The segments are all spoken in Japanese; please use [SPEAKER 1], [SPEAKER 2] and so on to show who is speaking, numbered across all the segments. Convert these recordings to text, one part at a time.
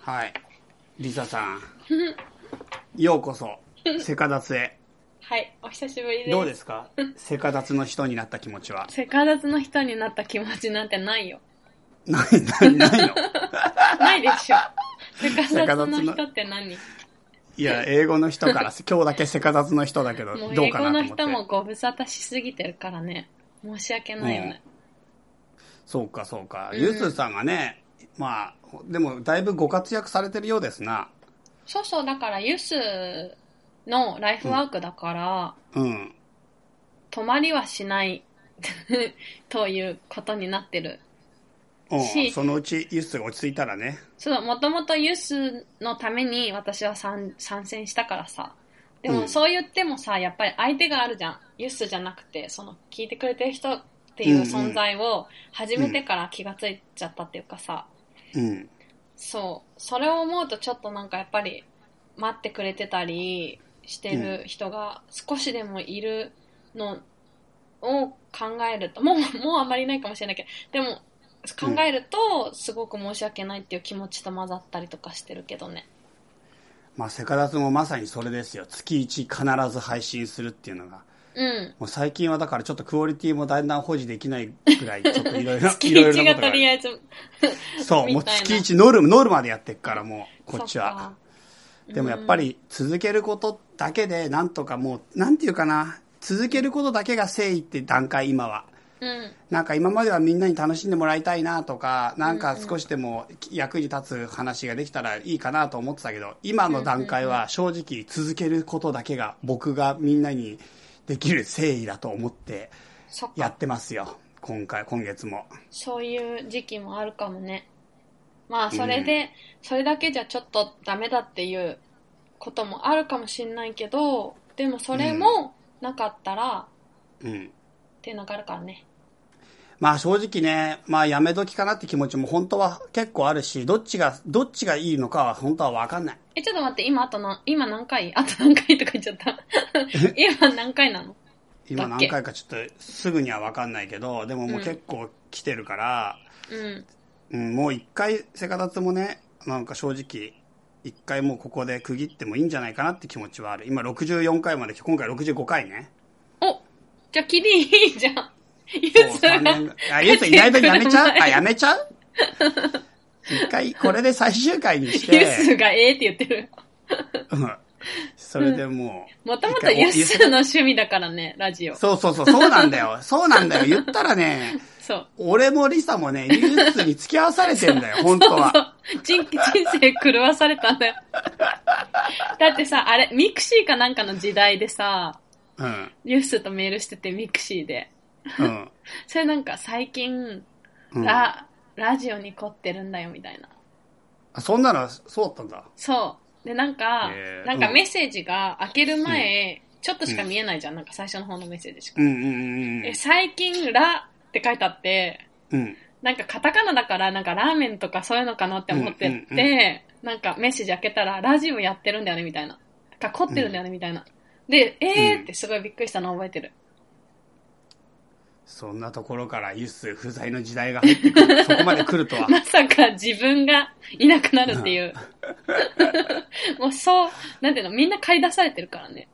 [SPEAKER 1] はい。リサさ ん。ようこそ、セカダツへ。
[SPEAKER 2] はい、お久しぶりです。
[SPEAKER 1] どうですすかセカダツの人になった気持ちは。
[SPEAKER 2] セカダツの人になった気持ちなんてないよ。
[SPEAKER 1] ない、ない、ないの
[SPEAKER 2] ないで しょ。セ
[SPEAKER 1] セカ
[SPEAKER 2] カ
[SPEAKER 1] ダ
[SPEAKER 2] ダ
[SPEAKER 1] ツ
[SPEAKER 2] ツ
[SPEAKER 1] の
[SPEAKER 2] の人って何
[SPEAKER 1] いや、英語の人 から、今日だけセカダツの人だけど、
[SPEAKER 2] もう
[SPEAKER 1] どう
[SPEAKER 2] 英
[SPEAKER 1] か
[SPEAKER 2] 語
[SPEAKER 1] なと
[SPEAKER 2] の
[SPEAKER 1] 思って
[SPEAKER 2] 人。もご無沙汰しすぎてるからね。申し訳ないよね。
[SPEAKER 1] そうか、そうか。
[SPEAKER 2] うん
[SPEAKER 1] ユースさんがね、まあ、でも、だいぶご活躍されてるようですな。
[SPEAKER 2] そうそう、だからユースのライフワークだから、
[SPEAKER 1] うん。
[SPEAKER 2] 泊まりはしない ということになってる。
[SPEAKER 1] うん、
[SPEAKER 2] し
[SPEAKER 1] そのうち、ユースが落ち着いたらね。
[SPEAKER 2] そう、もともとユースのために私は参参戦したからさ。で
[SPEAKER 1] う
[SPEAKER 2] も
[SPEAKER 1] ん
[SPEAKER 2] そう言ってもさ、やっぱり相手があるじゃん。ユースじゃなくて、その聞いてくれてる人っていう存在を初めてから気がついちゃったっていうかさ。
[SPEAKER 1] うん。
[SPEAKER 2] そう。それを思うとちょっとなんかやっぱり待ってくれてたりしてる人が少しでもいるのを考えると、もう、 もうあんまりないかもしれないけど、でも考えるとすごく申し訳ないっていう気持ちと混ざったりとかしてるけどね。
[SPEAKER 1] まあ、セカダツもまさにそれですよ。月1必ず配信するっていうのが。
[SPEAKER 2] うん。
[SPEAKER 1] もう最近はだからちょっとクオリティもだんだん保持できないくらい、ちょっといろいろ、
[SPEAKER 2] 月
[SPEAKER 1] いろいろ
[SPEAKER 2] 1
[SPEAKER 1] な
[SPEAKER 2] が
[SPEAKER 1] ことが
[SPEAKER 2] と
[SPEAKER 1] あ
[SPEAKER 2] り
[SPEAKER 1] る。
[SPEAKER 2] あえず、
[SPEAKER 1] そう、
[SPEAKER 2] み
[SPEAKER 1] もう
[SPEAKER 2] たいな
[SPEAKER 1] 月1ノルマ、ノルマでやってっからもう、こっち
[SPEAKER 2] そ
[SPEAKER 1] は
[SPEAKER 2] か。。
[SPEAKER 1] でもやっぱり続けることだけで、なんとかもう、なんていうかな、続けることだけが誠意って段階、今は。
[SPEAKER 2] うん。
[SPEAKER 1] なんか今まではみんなに楽しんでもらいたいなとか、なんか少しでも役に立つ話ができたらいいかなと思ってたけど、今の段階は正直続けることだけが僕がみんなにできる誠意だと思って
[SPEAKER 2] そっ
[SPEAKER 1] や
[SPEAKER 2] か
[SPEAKER 1] っ。てますよ。今回、今月も。
[SPEAKER 2] そういう時期もあるかもね。まあ、それで、それだけじゃちょっとダメだっていうこともあるかもしんないけど、でもそれもなかったら、っ
[SPEAKER 1] うん。
[SPEAKER 2] ていうのがあるからね。
[SPEAKER 1] まあ正直ね、まあやめ時かなって気持ちも本当は結構あるし、どっちが、どっちがいいのかは本当はわかんない。
[SPEAKER 2] え、ちょっと待って、今あとな、今何回あと何回とか言っちゃった。今何回なの
[SPEAKER 1] 今
[SPEAKER 2] だっけ
[SPEAKER 1] 何回かちょっとすぐにはわかんないけど、でももう結構来てるから、
[SPEAKER 2] うん。
[SPEAKER 1] うん、もう一回、セカダツもね、なんか正直、一回もうここで区切ってもいいんじゃないかなって気持ちはある。今64回まで来て、今回65回ね。
[SPEAKER 2] おじゃあ、キリいいじゃん。ゆ
[SPEAKER 1] そう、
[SPEAKER 2] ずが
[SPEAKER 1] 3年。あ、ゆうさんいない分やめちゃうあ、やめちゃう一回、これで最終回にし
[SPEAKER 2] ユー
[SPEAKER 1] て、
[SPEAKER 2] スがええって言ってる。
[SPEAKER 1] うんそれでもう。
[SPEAKER 2] もともとユースの趣味だからね、ラジオ。
[SPEAKER 1] そうそうそう、そうなんだよ。そうなんだよ。言ったらね、
[SPEAKER 2] そう。
[SPEAKER 1] 俺もリサもね、ユースに付き合わされてんだよ、本当は。
[SPEAKER 2] 人人生狂わされたん だよ。だってさ、あれ、ミクシーかなんかの時代でさ、
[SPEAKER 1] うん。
[SPEAKER 2] ユースとメールしてて、ミクシーで。
[SPEAKER 1] うん。
[SPEAKER 2] それなんか最近、
[SPEAKER 1] うん、
[SPEAKER 2] ラ、ラジオに凝ってるんだよ、みたいな。
[SPEAKER 1] あそんなの、そうだったんだ。
[SPEAKER 2] そう。で、なんか、
[SPEAKER 1] へー
[SPEAKER 2] なんかメッセージが開ける前、ちょっとしか見えないじゃん。なんか最初の方のメッセージしか。
[SPEAKER 1] うんうんうんうん
[SPEAKER 2] え、。最近、ラって書いてあって、
[SPEAKER 1] うん。
[SPEAKER 2] なんかカタカナだから、なんかラーメンとかそういうのかなって思ってて、
[SPEAKER 1] うんうん
[SPEAKER 2] なんかメッセージ開けたら、ラジオやってるんだよね、みたいな。か、凝ってるんだよね、みたいな。で、え
[SPEAKER 1] うん
[SPEAKER 2] ーってすごいびっくりしたの覚えてる。
[SPEAKER 1] そんなところからユス不在の時代が入ってくる。そこまで来るとは。
[SPEAKER 2] まさか自分がいなくなるって いう。もうそう、なんていうの、みんな駆り出されてるからね。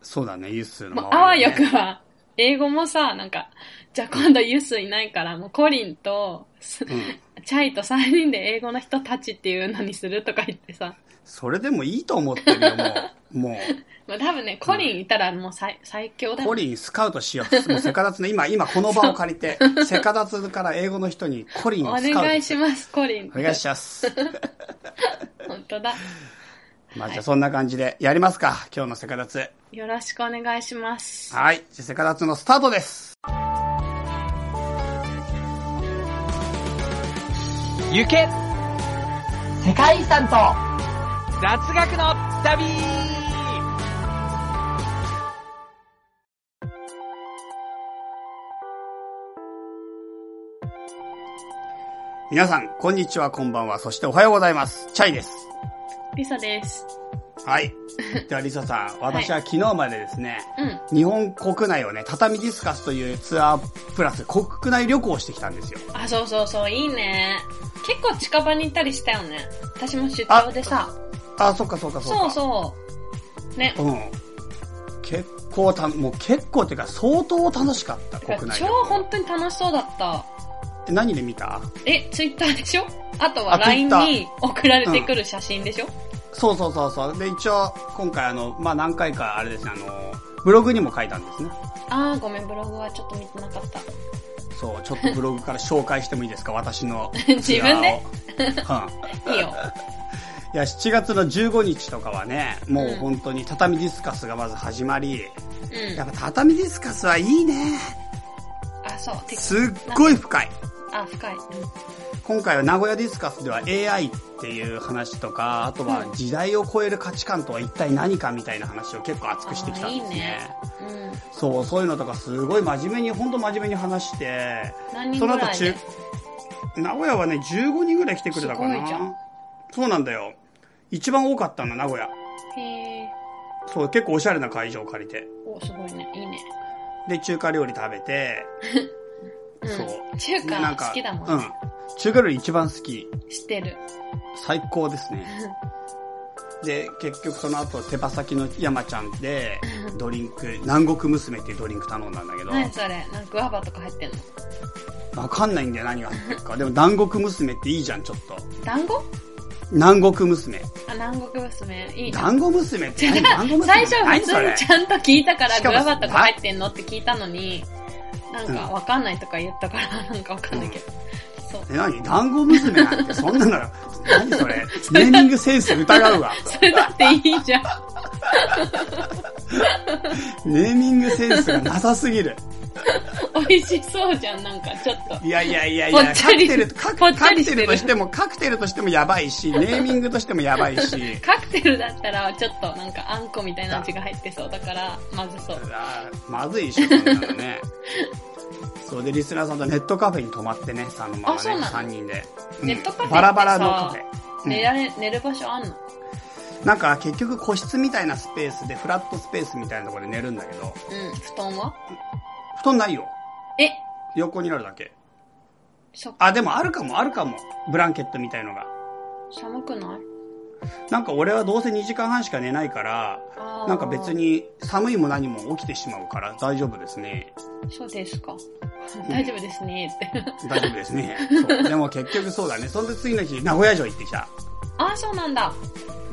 [SPEAKER 1] そうだね、ユスの
[SPEAKER 2] もう
[SPEAKER 1] 周り、ね。
[SPEAKER 2] あわよくは、英語もさ、なんか、じゃあ今度ユスいないから、もうコリンと、す
[SPEAKER 1] うん。
[SPEAKER 2] チャイと3人で英語の人たちっていうのにするとか言ってさ。
[SPEAKER 1] それでもいいと思ってるよ、も う。も
[SPEAKER 2] まあ多分ね、コリンいたらもう最最強
[SPEAKER 1] う、
[SPEAKER 2] だよ
[SPEAKER 1] コリンスカウトしよう。もうセカダツの、今、今この場を借り て、セカダツから英語の人にコリン
[SPEAKER 2] お
[SPEAKER 1] をスカウト
[SPEAKER 2] 願いします、コリン。
[SPEAKER 1] お願いします。
[SPEAKER 2] 本当だ。
[SPEAKER 1] まあ、じゃあそんな感じでやりますか。今日のセカダツ。
[SPEAKER 2] よろしくお願いします。
[SPEAKER 1] はい。じゃあセカダツのスタートです。
[SPEAKER 3] 行け
[SPEAKER 4] 世界遺産と
[SPEAKER 3] 雑学の旅
[SPEAKER 1] 皆さん、こんにちは、こんばんは。そしておはようございます。チャイです。
[SPEAKER 2] リサです。
[SPEAKER 1] はい。では、リサさん、私は昨日までですね、
[SPEAKER 2] うん。
[SPEAKER 1] 日本国内をね、畳ディスカスというツアープラス国内旅行をしてきたんですよ。
[SPEAKER 2] あ、そうそうそう、いいね。結構近場にいたりしたよね。私も出張でさ。
[SPEAKER 1] あ、そっかそっかそっ
[SPEAKER 2] そ
[SPEAKER 1] か。
[SPEAKER 2] うそう。ね。
[SPEAKER 1] うん。結構た、もう結構っていうか相当楽しかった、国内
[SPEAKER 2] 超
[SPEAKER 1] 旅
[SPEAKER 2] 本当に楽しそうだった。
[SPEAKER 1] え何で見た
[SPEAKER 2] え、ツイッターでしょあとは
[SPEAKER 1] あ
[SPEAKER 2] LINE
[SPEAKER 1] Twitter
[SPEAKER 2] に送られてくる写真でしょ、
[SPEAKER 1] そうそうそうそう。で、一応、今回あの、まあ、何回かあれですね、あの、ブログにも書いたんですね。
[SPEAKER 2] あー、ごめん、ブログはちょっと見てなかった。
[SPEAKER 1] そう、ちょっとブログから紹介してもいい ですか、私のツアーを。
[SPEAKER 2] 自分で
[SPEAKER 1] うん。
[SPEAKER 2] いいよ。
[SPEAKER 1] いや、7月の15日とかはね、もううん本当に畳ディスカスがまず始まり、
[SPEAKER 2] うん
[SPEAKER 1] や。っぱ畳ディスカスはいいね。
[SPEAKER 2] あ、そう。て
[SPEAKER 1] すっごい深い。
[SPEAKER 2] あ、深い。
[SPEAKER 1] 今回は名古屋ディスカスでは AI っていう話とか、あとは時代を超える価値観とは一体何かみたいな話を結構熱くしてきたんですね。
[SPEAKER 2] あーいいねうん。うん。
[SPEAKER 1] そう、そういうのとかすごい真面目に、本当真面目に話して、
[SPEAKER 2] 何人
[SPEAKER 1] そ
[SPEAKER 2] ぐ
[SPEAKER 1] の後
[SPEAKER 2] らい
[SPEAKER 1] 中
[SPEAKER 2] で、
[SPEAKER 1] 名古屋はね、15人ぐらい来てくれたか
[SPEAKER 2] すごいじゃ。
[SPEAKER 1] なんそうなんだよ。一番多かったの、名古屋。
[SPEAKER 2] へー。
[SPEAKER 1] そう、結構おしゃれな会場を借りて。
[SPEAKER 2] お、すごいね。いいね。
[SPEAKER 1] で、中華料理食べて、
[SPEAKER 2] うん
[SPEAKER 1] そう。
[SPEAKER 2] 中
[SPEAKER 1] でな
[SPEAKER 2] 華好きだもんね。
[SPEAKER 1] うん。中華料理一番好き。
[SPEAKER 2] 知ってる。
[SPEAKER 1] 最高です ね。で、結局その後、手羽先の山ちゃんで、ドリンク、南国娘っていうドリンク頼んだんだけど、
[SPEAKER 2] 何それなんかグアバとか入ってんの
[SPEAKER 1] わかんないんだよ、何が入ってるか。でも南国娘っていいじゃん、ちょっと。
[SPEAKER 2] 団子
[SPEAKER 1] 南国娘。
[SPEAKER 2] あ、南国娘。いいじゃん。
[SPEAKER 1] 団子娘って何団子娘
[SPEAKER 2] 最初
[SPEAKER 1] 何
[SPEAKER 2] 普
[SPEAKER 1] そ
[SPEAKER 2] 通
[SPEAKER 1] れ
[SPEAKER 2] にちゃんと聞いたから
[SPEAKER 1] しか
[SPEAKER 2] グ
[SPEAKER 1] も
[SPEAKER 2] アバとか入ってんのって聞いたのに、なんかわかんないとか言ったから なんかわかんないけど。そう。
[SPEAKER 1] え、何団子娘なんて、そんなの、何それネーミングセンス疑う わ。
[SPEAKER 2] それだっていいじゃん。
[SPEAKER 1] ネーミングセンスがなさすぎる。
[SPEAKER 2] 美味しそうじゃん、なんかちょっと。
[SPEAKER 1] いやいやいやい
[SPEAKER 2] ぽ
[SPEAKER 1] や、
[SPEAKER 2] っ
[SPEAKER 1] カ
[SPEAKER 2] ちゃ
[SPEAKER 1] ク
[SPEAKER 2] り
[SPEAKER 1] テル、カク
[SPEAKER 2] ぽっち
[SPEAKER 1] カ
[SPEAKER 2] ゃり
[SPEAKER 1] ク
[SPEAKER 2] し
[SPEAKER 1] テ
[SPEAKER 2] てる
[SPEAKER 1] ルとしても、カクテルとしてもやばいし、ネーミングとしてもやばいし。
[SPEAKER 2] カクテルだったらちょっとなんかあんこみたいな味が入ってそうだから、まずそう。
[SPEAKER 1] あーまずいでしょ、そんなのね。そうで、リスナーさんとネットカフェに泊まってね、そのまま
[SPEAKER 2] あそう
[SPEAKER 1] ね、
[SPEAKER 2] なの
[SPEAKER 1] 3人で。うん
[SPEAKER 2] ネットカフェってさ
[SPEAKER 1] バラバラのカフェ。うん
[SPEAKER 2] 寝られ、寝る場所あんの
[SPEAKER 1] なんか結局個室みたいなスペースで、フラットスペースみたいなところで寝るんだけど、
[SPEAKER 2] うん、布団は
[SPEAKER 1] 布団ないよ。
[SPEAKER 2] え、
[SPEAKER 1] 横になるだけ。
[SPEAKER 2] そっか、
[SPEAKER 1] あ、でもあるかも、あるかも。ブランケットみたいのが。
[SPEAKER 2] 寒くない
[SPEAKER 1] なんか俺はどうせ2時間半しか寝ないから、
[SPEAKER 2] あー
[SPEAKER 1] なんか別。に寒いも何も起きてしまうから大丈夫ですね。
[SPEAKER 2] そうですか。大丈夫ですね、って。
[SPEAKER 1] 大丈夫ですね。そうでも結局そうだね。そんで次の日、名古屋城行ってきた。
[SPEAKER 2] あー、そうなんだ。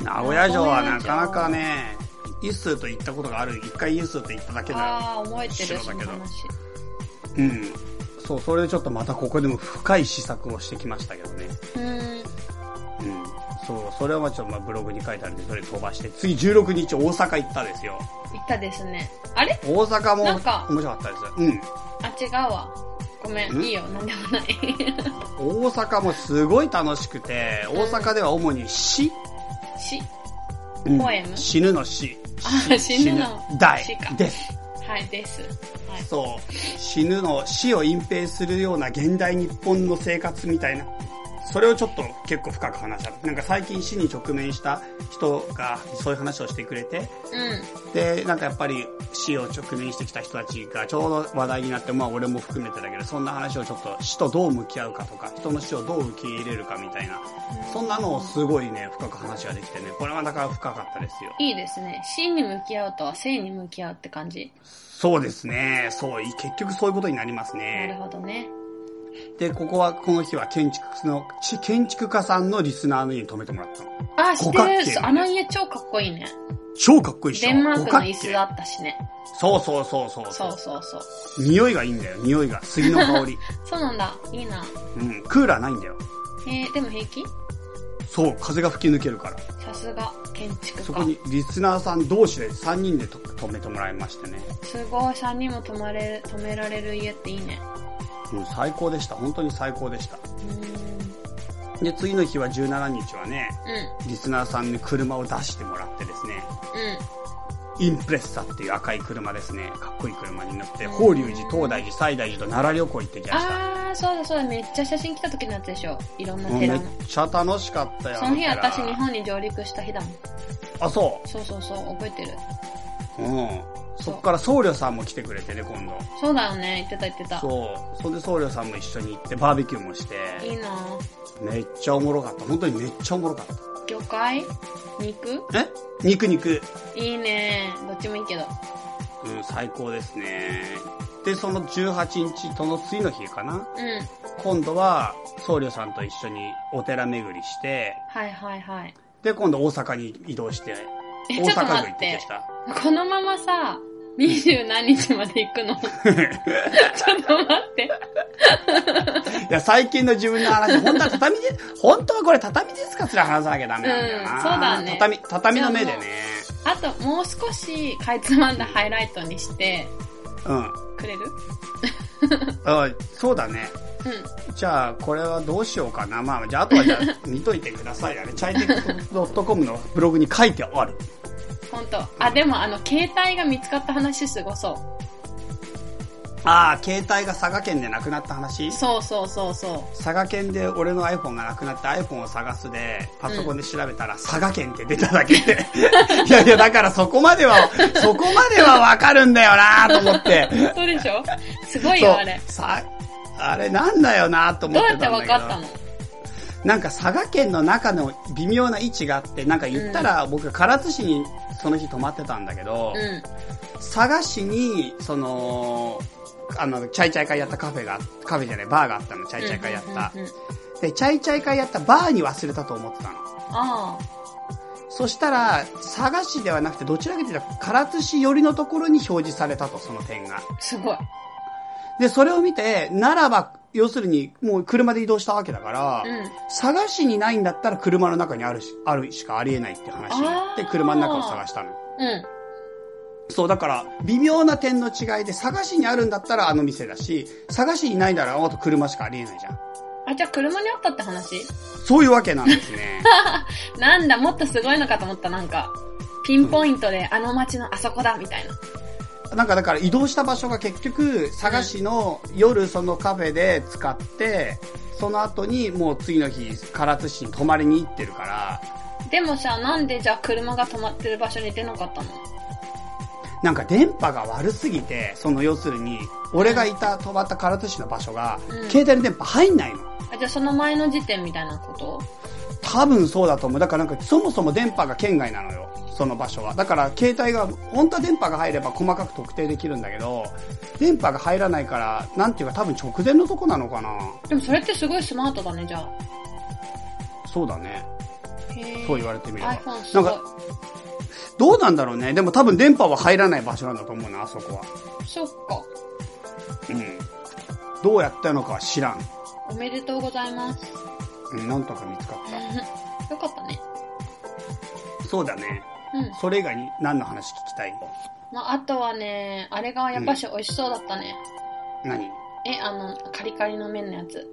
[SPEAKER 1] 名古屋城はなかなかね、イッスーと行ったことがある。一回イッスーと行っただけだ。
[SPEAKER 2] あー、覚えてる、
[SPEAKER 1] 白
[SPEAKER 2] そ
[SPEAKER 1] だ
[SPEAKER 2] の
[SPEAKER 1] けど
[SPEAKER 2] 話。
[SPEAKER 1] うん。そう、それでちょっとまたここでも深い試作をしてきましたけどね。
[SPEAKER 2] うーん。
[SPEAKER 1] うん。そう、それはちょっとまあブログに書いてあるんで、それ飛ばして。次16日大阪行ったですよ。
[SPEAKER 2] 行ったですね。あれ
[SPEAKER 1] 大阪も
[SPEAKER 2] なんか
[SPEAKER 1] 面白かったです。うん。
[SPEAKER 2] あ、違うわ。ごめん、
[SPEAKER 1] ん
[SPEAKER 2] いいよ、なんでもない。
[SPEAKER 1] 大阪もすごい楽しくて、大阪では主に死、
[SPEAKER 2] し、
[SPEAKER 1] うん
[SPEAKER 2] ポエム
[SPEAKER 1] 死ぬの死。
[SPEAKER 2] あ、死ぬの。
[SPEAKER 1] 大
[SPEAKER 2] 死か。
[SPEAKER 1] です。
[SPEAKER 2] はい、です。はい。
[SPEAKER 1] そう。死ぬの死を隠蔽するような現代日本の生活みたいな。それをちょっと結構深く話した。なんか最近死に直面した人がそういう話をしてくれて、
[SPEAKER 2] うん。
[SPEAKER 1] で、なんかやっぱり死を直面してきた人たちがちょうど話題になって、まあ俺も含めてだけど、そんな話をちょっと死とどう向き合うかとか、人の死をどう受け入れるかみたいな、そんなのをすごいね、深く話ができてね、これはなかなか深かったですよ。
[SPEAKER 2] いいですね。真に向き合うとは性に向き合うって感じ。
[SPEAKER 1] そうですね、そう、結局そういうことになります
[SPEAKER 2] なる
[SPEAKER 1] ね。
[SPEAKER 2] ほどね。
[SPEAKER 1] で、ここは、この日は建築の、ち建築家さんのリスナーの家に泊めてもらったの。
[SPEAKER 2] あ、知っ
[SPEAKER 1] 五角形
[SPEAKER 2] て
[SPEAKER 1] だね
[SPEAKER 2] る。あの家超かっこいいね。
[SPEAKER 1] 超かっこいいっしょ。
[SPEAKER 2] デンマークの椅
[SPEAKER 1] 五角
[SPEAKER 2] 子
[SPEAKER 1] 形
[SPEAKER 2] だったしね。
[SPEAKER 1] そうそうそうそう
[SPEAKER 2] そ
[SPEAKER 1] そう
[SPEAKER 2] うそうそう。
[SPEAKER 1] 匂いがいいんだよ、匂いが。杉の香 り。
[SPEAKER 2] そうなんだ。いいな。
[SPEAKER 1] うん、クーラーないんだよ。
[SPEAKER 2] えー、でも平気
[SPEAKER 1] そう、風が吹き抜けるから。
[SPEAKER 2] さすが、建築家。
[SPEAKER 1] そこにリスナーさん同士で3人でと止めてもらいましてね。
[SPEAKER 2] すごい、3人も泊まれる、泊められる家っていいね。
[SPEAKER 1] うん、最高でした。本当に最高でした。
[SPEAKER 2] うーん。
[SPEAKER 1] で、次の日は17日はね、
[SPEAKER 2] うん。
[SPEAKER 1] リスナーさんに車を出してもらってですね、
[SPEAKER 2] う
[SPEAKER 1] インプレッサっていう赤い車ですね、かっこいい車に乗って、法隆寺、東大寺、西大寺と奈良旅行行ってき
[SPEAKER 2] ん。
[SPEAKER 1] ました。
[SPEAKER 2] あー、そうだそうだ。めっちゃ写真来た時のやつでしょ。いろんな
[SPEAKER 1] もうめ
[SPEAKER 2] 寺
[SPEAKER 1] っ
[SPEAKER 2] の。
[SPEAKER 1] ちゃ楽しかったよ。
[SPEAKER 2] その日
[SPEAKER 1] あ寺
[SPEAKER 2] 私日本に上陸した日だもん。
[SPEAKER 1] あ、そ
[SPEAKER 2] そうそうそう、覚えてる。
[SPEAKER 1] う。うん。そっから僧侶さんも来てくれてね、今度。
[SPEAKER 2] そうだよね。言ってた言ってた。
[SPEAKER 1] そう。それで僧侶さんも一緒に行って、バーベキューもして、
[SPEAKER 2] いいなぁ
[SPEAKER 1] めっちゃおもろかった。本当にめっちゃおもろかっ
[SPEAKER 2] 魚介肉
[SPEAKER 1] た。え肉肉。
[SPEAKER 2] いいねどっちもいいけど。
[SPEAKER 1] うん、最高ですね。で、その18日との次の日かな
[SPEAKER 2] うん。
[SPEAKER 1] 今度は僧侶さんと一緒にお寺巡りして、
[SPEAKER 2] はいはいはい。
[SPEAKER 1] で、今度大阪に移動して、
[SPEAKER 2] え、
[SPEAKER 1] 大
[SPEAKER 2] ちょっと
[SPEAKER 1] 阪
[SPEAKER 2] 待
[SPEAKER 1] 府行
[SPEAKER 2] っ
[SPEAKER 1] って
[SPEAKER 2] て
[SPEAKER 1] き。た。
[SPEAKER 2] このままさ、二十何日まで行 くのちょっと待って。
[SPEAKER 1] いや、最近の自分の話、本当は畳で、 本当はこれ畳ですかすら話さなきゃダメなんだよな。
[SPEAKER 2] うんそうだね
[SPEAKER 1] 畳、畳の目でね。
[SPEAKER 2] あともう少しかいつまんだハイライトにして
[SPEAKER 1] うん。
[SPEAKER 2] くれる
[SPEAKER 1] あそうだね。
[SPEAKER 2] う
[SPEAKER 1] じゃあ、これはどうしようかな。まあ、じゃあ、あとはじゃあ、見といてくださいだ ね。チャイテック .com のブログに書いてある。
[SPEAKER 2] ん。ほんと。あ、でもあの、携帯が見つかった話すごそ
[SPEAKER 1] ああ、携帯が佐賀県でなくなった話
[SPEAKER 2] う。そうそうそうそ
[SPEAKER 1] 佐賀県で俺の iPhone がなくなって iPhone を探すで、パソコンで調べたら、佐賀県って出ただけで。 いやいや、だからそこまで は、そこまではわかるんだよなと思って。
[SPEAKER 2] う。そうでしょすごい
[SPEAKER 1] そう
[SPEAKER 2] よ、あれ。
[SPEAKER 1] さあれなんだよなと思
[SPEAKER 2] ど
[SPEAKER 1] っ
[SPEAKER 2] う
[SPEAKER 1] て
[SPEAKER 2] や
[SPEAKER 1] た
[SPEAKER 2] っ
[SPEAKER 1] ん
[SPEAKER 2] て
[SPEAKER 1] だけど
[SPEAKER 2] わかったの
[SPEAKER 1] なんか佐賀県の中の微妙な位置があってなんか言ったら僕唐津市にその日泊まってたんだけど、
[SPEAKER 2] うん。
[SPEAKER 1] 佐賀市にそのあのチャイチャイ会やったカフェがカフェじゃないバーがあったのチャイチャイ会やった、
[SPEAKER 2] うんうんうんうん
[SPEAKER 1] でチャイチャイ会やったバーに忘れたと思ってたの
[SPEAKER 2] あ
[SPEAKER 1] そしたら佐賀市ではなくてどちらかというと唐津市寄りのところに表示されたとその点が
[SPEAKER 2] あ、すごい。
[SPEAKER 1] で、それを見て、ならば、要するに、もう車で移動したわけだから、
[SPEAKER 2] うん
[SPEAKER 1] 探しにないんだったら車の中にあるし、あるしかありえないって話になって
[SPEAKER 2] あ、ー
[SPEAKER 1] 車の中を探したの。
[SPEAKER 2] うん。
[SPEAKER 1] そう、だから、微妙な点の違いで、探しにあるんだったらあの店だし、探しにないなら、あと車しかありえないじゃん。
[SPEAKER 2] あ、じゃあ車にあったって話
[SPEAKER 1] そういうわけなんです ね。
[SPEAKER 2] なんだ、もっとすごいのかと思った、なんか。ピンポイントで、あの街のあそこだ、みたいな。
[SPEAKER 1] なんかだから移動した場所が結局、佐賀市の夜そのカフェで使って、その後にもう次の日、唐津市に泊まりに行ってるから、
[SPEAKER 2] でもさ、なんでじゃあ車が止まってる場所に出なかったの
[SPEAKER 1] なんか電波が悪すぎて、その要するに、俺がいた、泊まった唐津市の場所が、
[SPEAKER 2] うん
[SPEAKER 1] 携帯の電波入んないの。
[SPEAKER 2] あ、じゃあその前の時点みたいなこと
[SPEAKER 1] 多分そうだと思う。だからなんかそもそも電波が圏外なのよ。その場所は。だから携帯が、本当は電波が入れば細かく特定できるんだけど、電波が入らないから、なんていうか多分直前のとこなのかな。
[SPEAKER 2] でもそれってすごいスマートだね、じゃあ。
[SPEAKER 1] そうだね。
[SPEAKER 2] へ
[SPEAKER 1] そう言われてみれば
[SPEAKER 2] iPhone す
[SPEAKER 1] な
[SPEAKER 2] ご
[SPEAKER 1] ん
[SPEAKER 2] い。
[SPEAKER 1] かどうなんだろうね。でも多分電波は入らない場所なんだと思うな、あそこは。
[SPEAKER 2] そっか。
[SPEAKER 1] うん。どうやったのかは知らん。
[SPEAKER 2] おめでとうございます。
[SPEAKER 1] うん、なんとか見つかっ
[SPEAKER 2] よかったね。
[SPEAKER 1] た。そうだね。
[SPEAKER 2] うん。
[SPEAKER 1] それ以外に何の話聞きたい
[SPEAKER 2] まあ、あとはね、あれがやっぱし美味しそうだったね。
[SPEAKER 1] 何
[SPEAKER 2] え、あの、カリカリの麺のやつ。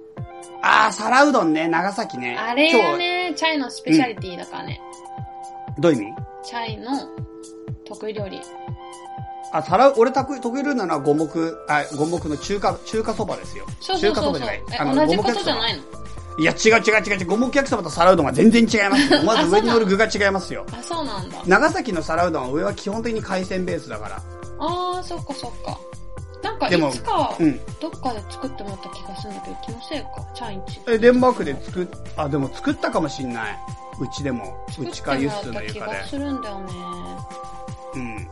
[SPEAKER 1] ああ、皿うどんね、長崎ね。
[SPEAKER 2] あれよね、チャイのスペシャリティだからね。
[SPEAKER 1] 今日。どういう意味
[SPEAKER 2] チャイの得意料理。
[SPEAKER 1] あ、皿う、俺得意、得意料理なのは五目、あ、五目の中華、中華そばですよ。
[SPEAKER 2] そうそうそうそう。
[SPEAKER 1] 中華そばじゃない。
[SPEAKER 2] え
[SPEAKER 1] あ、の
[SPEAKER 2] 同じことじゃ
[SPEAKER 1] い
[SPEAKER 2] ないの
[SPEAKER 1] いや、違う違う違う違う。五目焼きそばと皿うどんは全然違いますよ。まず上に乗る具が違いますよ。
[SPEAKER 2] あ、そうなんだ。
[SPEAKER 1] 長崎の皿うどんは上は基本的に海鮮ベースだから。
[SPEAKER 2] あー、そっかそっか。なんか、
[SPEAKER 1] でも
[SPEAKER 2] いつか、
[SPEAKER 1] うん。
[SPEAKER 2] どっかで作ってもらった気がするんだけど、気のせいか。チャインチ。
[SPEAKER 1] え、デンマークで作っ、あ、でも作ったかもしんない。うちでも。うちか
[SPEAKER 2] 作って
[SPEAKER 1] ユ
[SPEAKER 2] もら
[SPEAKER 1] ス
[SPEAKER 2] っ
[SPEAKER 1] の
[SPEAKER 2] た
[SPEAKER 1] 床
[SPEAKER 2] 気
[SPEAKER 1] で
[SPEAKER 2] が。するんだよね。
[SPEAKER 1] うん。
[SPEAKER 2] うん。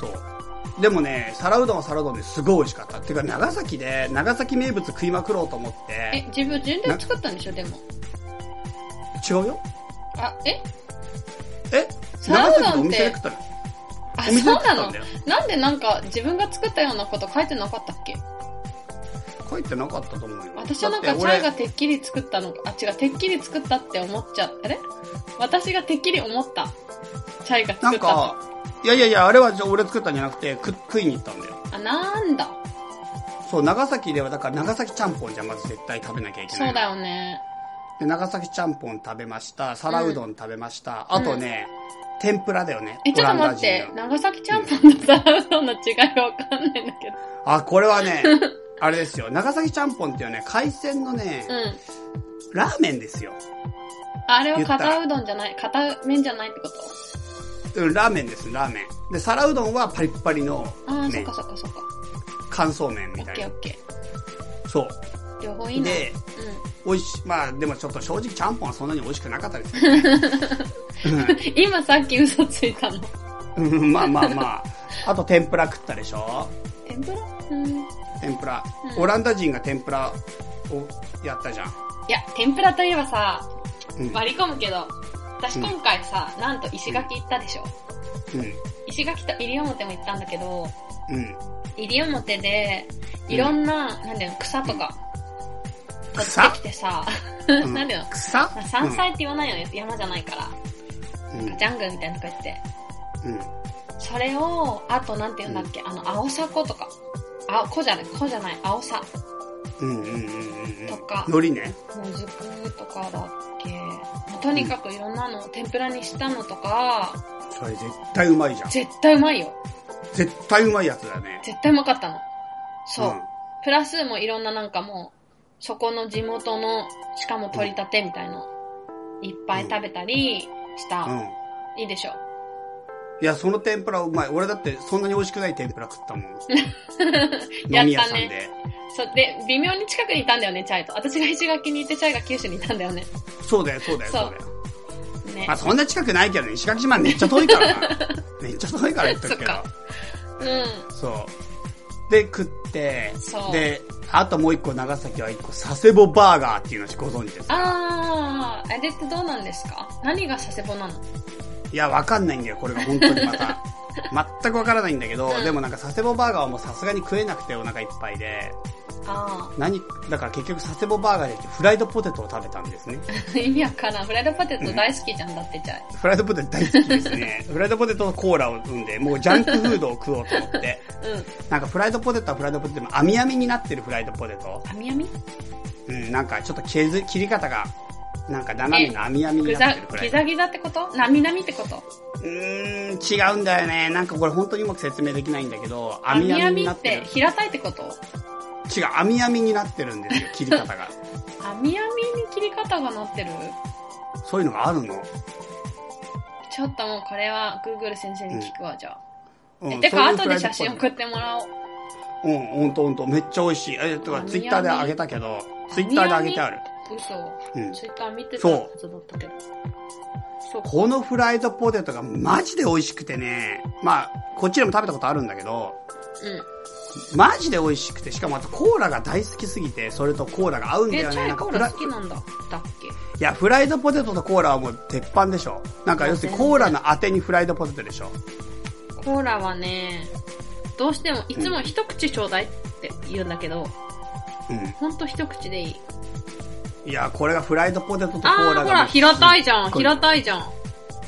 [SPEAKER 1] そう。でもね、皿うどんは皿うどんですごい美味しかった。てか、長崎で、長崎名物食いまくろうと思っ
[SPEAKER 2] え、
[SPEAKER 1] て、
[SPEAKER 2] 自分、自分で作ったんでしょ、でも。
[SPEAKER 1] 違うよ
[SPEAKER 2] あ、え
[SPEAKER 1] え
[SPEAKER 2] 皿
[SPEAKER 1] 長
[SPEAKER 2] うどん
[SPEAKER 1] 崎のお
[SPEAKER 2] って
[SPEAKER 1] 店で食ったの
[SPEAKER 2] あ、
[SPEAKER 1] お店で
[SPEAKER 2] そう
[SPEAKER 1] 食った
[SPEAKER 2] なんの
[SPEAKER 1] だよ。
[SPEAKER 2] なんでなんか、自分が作ったようなこと書いてなかったっけ
[SPEAKER 1] 書いてなかったと思うよ。
[SPEAKER 2] 私はなん
[SPEAKER 1] だ
[SPEAKER 2] か、
[SPEAKER 1] って
[SPEAKER 2] チ
[SPEAKER 1] 俺
[SPEAKER 2] ャイがてっきり作ったのか、あ、違う、てっきり作ったって思っちゃあれ私がてっきり思った。チャイ
[SPEAKER 1] な
[SPEAKER 2] が作
[SPEAKER 1] ん
[SPEAKER 2] ったと。
[SPEAKER 1] か、いやいやいや、あれはじゃあ俺作ったんじゃなくて、く食いに行ったんだよ。
[SPEAKER 2] あ、なんだ。
[SPEAKER 1] そう、長崎ではだから長崎ちゃんぽんじゃまず絶対食べなきゃいけない。
[SPEAKER 2] そうだよね。
[SPEAKER 1] で、長崎ちゃんぽん食べました、皿うどん食べました、
[SPEAKER 2] うん
[SPEAKER 1] あとね、天ぷらだよね。
[SPEAKER 2] え、ちょっと
[SPEAKER 1] オランダ
[SPEAKER 2] 待っ
[SPEAKER 1] 人
[SPEAKER 2] て
[SPEAKER 1] の。
[SPEAKER 2] 長崎ちゃんぽんと皿うどんの違いわかんないんだけど。
[SPEAKER 1] あ、これはね、 あれですよ。長崎ちゃんぽんっていうね、海鮮のね、
[SPEAKER 2] うん。
[SPEAKER 1] ラーメンですよ。
[SPEAKER 2] あれは
[SPEAKER 1] 言った
[SPEAKER 2] 片うどんじゃない、片麺じゃないってこと
[SPEAKER 1] うん、ラーメンです、ラーメン。で、皿うどんはパリッパリの
[SPEAKER 2] ああ、そっ
[SPEAKER 1] 麺
[SPEAKER 2] か、そっかそっか。
[SPEAKER 1] 乾燥麺
[SPEAKER 2] オ
[SPEAKER 1] みた
[SPEAKER 2] ッ
[SPEAKER 1] い
[SPEAKER 2] ケーオ
[SPEAKER 1] な。
[SPEAKER 2] ッケ
[SPEAKER 1] そう。
[SPEAKER 2] ー。両方いいな。
[SPEAKER 1] で
[SPEAKER 2] う
[SPEAKER 1] 美味しい。まあ、でもちょっと正直ちゃんぽんはそんなに美味しくなかったですけどね。
[SPEAKER 2] ん。今さっき嘘ついたの。
[SPEAKER 1] うんうんまあまあまあ。あと天ぷら食ったでしょ
[SPEAKER 2] 天ぷらうん。い
[SPEAKER 1] 天ぷら、
[SPEAKER 2] うん
[SPEAKER 1] オランダ人が天ぷらをやったじゃん。
[SPEAKER 2] や、天ぷらといえばさ、
[SPEAKER 1] うん。
[SPEAKER 2] 割り込むけど、私
[SPEAKER 1] うん
[SPEAKER 2] 今回さ、なんと石垣行ったでしょ。
[SPEAKER 1] う
[SPEAKER 2] 石垣と西表も行ったんだけど、
[SPEAKER 1] ん。うん。
[SPEAKER 2] 西表で、いろんな、なんだよ、草とか、取
[SPEAKER 1] 草
[SPEAKER 2] ってきてさ、
[SPEAKER 1] うん
[SPEAKER 2] なんだよ、
[SPEAKER 1] 草
[SPEAKER 2] まあ山菜って言わないよね、山じゃないから。
[SPEAKER 1] うん。
[SPEAKER 2] ジャングルみたいなとこ行って。
[SPEAKER 1] うん。
[SPEAKER 2] それを、あとなんて言うんだっけ、あの、青さことか。あ、こじゃない、こじゃない、青さ。
[SPEAKER 1] うん。うん。うん。うん。うん
[SPEAKER 2] とか
[SPEAKER 1] 海苔ね。
[SPEAKER 2] もずくとかだっけ。まあとにかくいろんなのを天ぷらにしたのとか、
[SPEAKER 1] それ絶対うまいじゃん。
[SPEAKER 2] 絶対うまいよ。
[SPEAKER 1] 絶対うまいやつだね。
[SPEAKER 2] 絶対うまかったの。そう。
[SPEAKER 1] ん
[SPEAKER 2] プラスもういろんななんかもう、そこの地元の、しかも取り立てみたいの、いっぱい食べたりした。
[SPEAKER 1] うん。
[SPEAKER 2] いいでしょ。
[SPEAKER 1] いや、その天ぷらうまい。俺だってそんなに美味しくない天ぷら食っ たもん。
[SPEAKER 2] ね
[SPEAKER 1] 飲み屋さんで。
[SPEAKER 2] そで、微妙に近くにいたんだよね、チャイと。私が石垣にいて、チャイが九州にいたんだよね。
[SPEAKER 1] そうだよ、そうだよ、
[SPEAKER 2] そ
[SPEAKER 1] そううだよ。
[SPEAKER 2] ね
[SPEAKER 1] まあ。そんな近くないけどね、石垣島めっちゃ遠いから な。めっちゃ遠いから言っとくけど
[SPEAKER 2] そ。う
[SPEAKER 1] そう。で、食って
[SPEAKER 2] ん。、そう。
[SPEAKER 1] で、あともう一個長崎は一個、佐世保バーガーっていうのご存知ですか
[SPEAKER 2] あー、あれってどうなんですか何が佐世保なの
[SPEAKER 1] いや、わかんないんだよ、これが本当にまた。全くわからないんだけど、
[SPEAKER 2] うん
[SPEAKER 1] でもなんか佐世保バーガーはもうさすがに食えなくてお腹いっぱいで、
[SPEAKER 2] あ
[SPEAKER 1] 何、だから結局佐世保バーガーでフライドポテトを食べたんですね。
[SPEAKER 2] ー、 意味わからん。フライドポテト大好きじゃん、だってチャイ。
[SPEAKER 1] フライドポテト大好きですね。 フライドポテトとコーラを飲んで、もうジャンクフードを食おうと思って、
[SPEAKER 2] うん。
[SPEAKER 1] なんかフライドポテトはフライドポテトでも網網になってるフライドポテト。
[SPEAKER 2] あみあみ
[SPEAKER 1] うん、なんかちょっと削り切り方が、なんか斜めの網網に
[SPEAKER 2] ギ
[SPEAKER 1] な
[SPEAKER 2] ザ
[SPEAKER 1] ってるフラ
[SPEAKER 2] ギ
[SPEAKER 1] イド。
[SPEAKER 2] ザギザってことなみなみってこと
[SPEAKER 1] うーん、違うんだよね。なんかこれ本当にうまく説明できないんだけど、
[SPEAKER 2] あ
[SPEAKER 1] 網
[SPEAKER 2] みあ
[SPEAKER 1] 網
[SPEAKER 2] み
[SPEAKER 1] にな
[SPEAKER 2] っ
[SPEAKER 1] ってる
[SPEAKER 2] て。平たいってこと
[SPEAKER 1] 違う、網網になってるんです よ、切り方が。
[SPEAKER 2] あみあみに切り方がなってる
[SPEAKER 1] そういうのがあるの。
[SPEAKER 2] ちょっともうこれは Google 先生に聞くわ、じゃあ。
[SPEAKER 1] うん
[SPEAKER 2] え、てか後で写真。
[SPEAKER 1] そう
[SPEAKER 2] 送
[SPEAKER 1] いう
[SPEAKER 2] ってもらお
[SPEAKER 1] フ
[SPEAKER 2] う。
[SPEAKER 1] ライドポテトうん、ほんとほんと。めっちゃ美味しい。え、とか
[SPEAKER 2] 網網
[SPEAKER 1] ツイッターであげたけど、ツイッターであげてある。
[SPEAKER 2] 嘘。
[SPEAKER 1] うん。
[SPEAKER 2] ツイッター見てた
[SPEAKER 1] そう
[SPEAKER 2] やつだったけど。そうか。
[SPEAKER 1] このフライドポテトがマジで美味しくてね。まあ、こっちでも食べたことあるんだけど、マジで美味しくて、しかもあとコーラが大好きすぎて、それとコーラが合う
[SPEAKER 2] うんん。
[SPEAKER 1] だ
[SPEAKER 2] え
[SPEAKER 1] よ、
[SPEAKER 2] チ
[SPEAKER 1] ね。
[SPEAKER 2] ャ
[SPEAKER 1] なん
[SPEAKER 2] イ
[SPEAKER 1] か
[SPEAKER 2] コ
[SPEAKER 1] フ
[SPEAKER 2] ー
[SPEAKER 1] ラ
[SPEAKER 2] ラ好きなんだ。だっけ
[SPEAKER 1] いや、フライドポテトとコーラはもう鉄板でしょ。なんか要するにコーラのあてにフライドポテトでしょ。
[SPEAKER 2] コーラはね、どうしても、いつも一口ちょうだいって言うんだけど、
[SPEAKER 1] うん。
[SPEAKER 2] ほんと一口でいい。
[SPEAKER 1] いや、これがフライドポテトとコ
[SPEAKER 2] あ
[SPEAKER 1] ーラが
[SPEAKER 2] ー、
[SPEAKER 1] もう
[SPEAKER 2] ほら、平たいじゃ
[SPEAKER 1] す
[SPEAKER 2] ん、
[SPEAKER 1] っご
[SPEAKER 2] 平たいじゃん。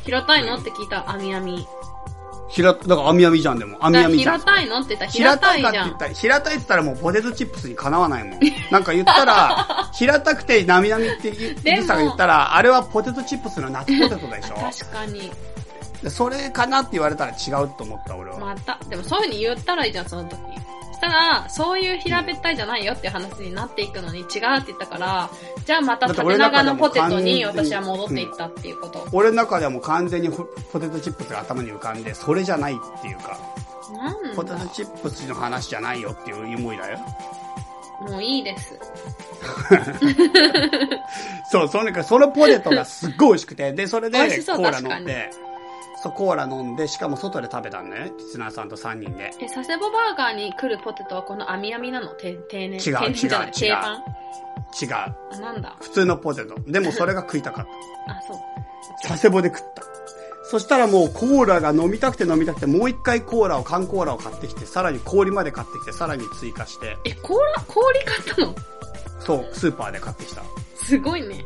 [SPEAKER 2] 平たいのって聞いた、あみあみ。
[SPEAKER 1] ひら、だから網網じゃんでも。網
[SPEAKER 2] だから
[SPEAKER 1] 網じゃ
[SPEAKER 2] 平
[SPEAKER 1] ん。
[SPEAKER 2] たいのって言ったら
[SPEAKER 1] 平
[SPEAKER 2] 平
[SPEAKER 1] た
[SPEAKER 2] た
[SPEAKER 1] いかって
[SPEAKER 2] いじゃ
[SPEAKER 1] 言っ
[SPEAKER 2] ん。
[SPEAKER 1] たら、平たいって言ったらもうポテトチップスにかなわない もん。なんか言ったら、平たくてなみなみって言う
[SPEAKER 2] でも
[SPEAKER 1] リサが言ったら、あれはポテトチップスの夏ポテトでしょ
[SPEAKER 2] 確かに。
[SPEAKER 1] でそれかなって言われたら違うと思った俺は。
[SPEAKER 2] また。でもそういう風に言ったらいいじゃん、その時。したら、そういう平べったいじゃないよっていう話になっていくのに違うって言ったから、じゃあまた縦長のポテトに私は戻っていったっていうこと。
[SPEAKER 1] 俺の中ではもう完全にほポテトチップスが頭に浮かんで、それじゃないっていうか、
[SPEAKER 2] なん
[SPEAKER 1] ポテト
[SPEAKER 2] だ
[SPEAKER 1] チップスの話じゃないよっていう思いだよ。
[SPEAKER 2] もういいです。
[SPEAKER 1] そう、そのかそのポテトがすっごい美味しくて、で、それで
[SPEAKER 2] 美味し
[SPEAKER 1] コ
[SPEAKER 2] そ
[SPEAKER 1] ー
[SPEAKER 2] う
[SPEAKER 1] ラ
[SPEAKER 2] 確か
[SPEAKER 1] 飲ん
[SPEAKER 2] に
[SPEAKER 1] で、そう、コーラ飲んで、しかも外で食べたんだよね。リスナーさんと3人で。
[SPEAKER 2] え、佐世保バーガーに来るポテトはこの網網なのて定年。
[SPEAKER 1] 違う
[SPEAKER 2] 定年じゃない
[SPEAKER 1] 違う
[SPEAKER 2] 定番
[SPEAKER 1] 違う。
[SPEAKER 2] あ、なんだ。
[SPEAKER 1] 普通のポテト。でもそれが食いたかっ
[SPEAKER 2] あ、そう。
[SPEAKER 1] た。佐世保で食った。そしたらもうコーラが飲みたくて飲みたくて、もう一回コーラを、缶コーラを買ってきて、さらに氷まで買ってきて、さらに追加して、
[SPEAKER 2] え、コーラ、氷買ったの
[SPEAKER 1] そう、スーパーで買ってきた。
[SPEAKER 2] すごいね。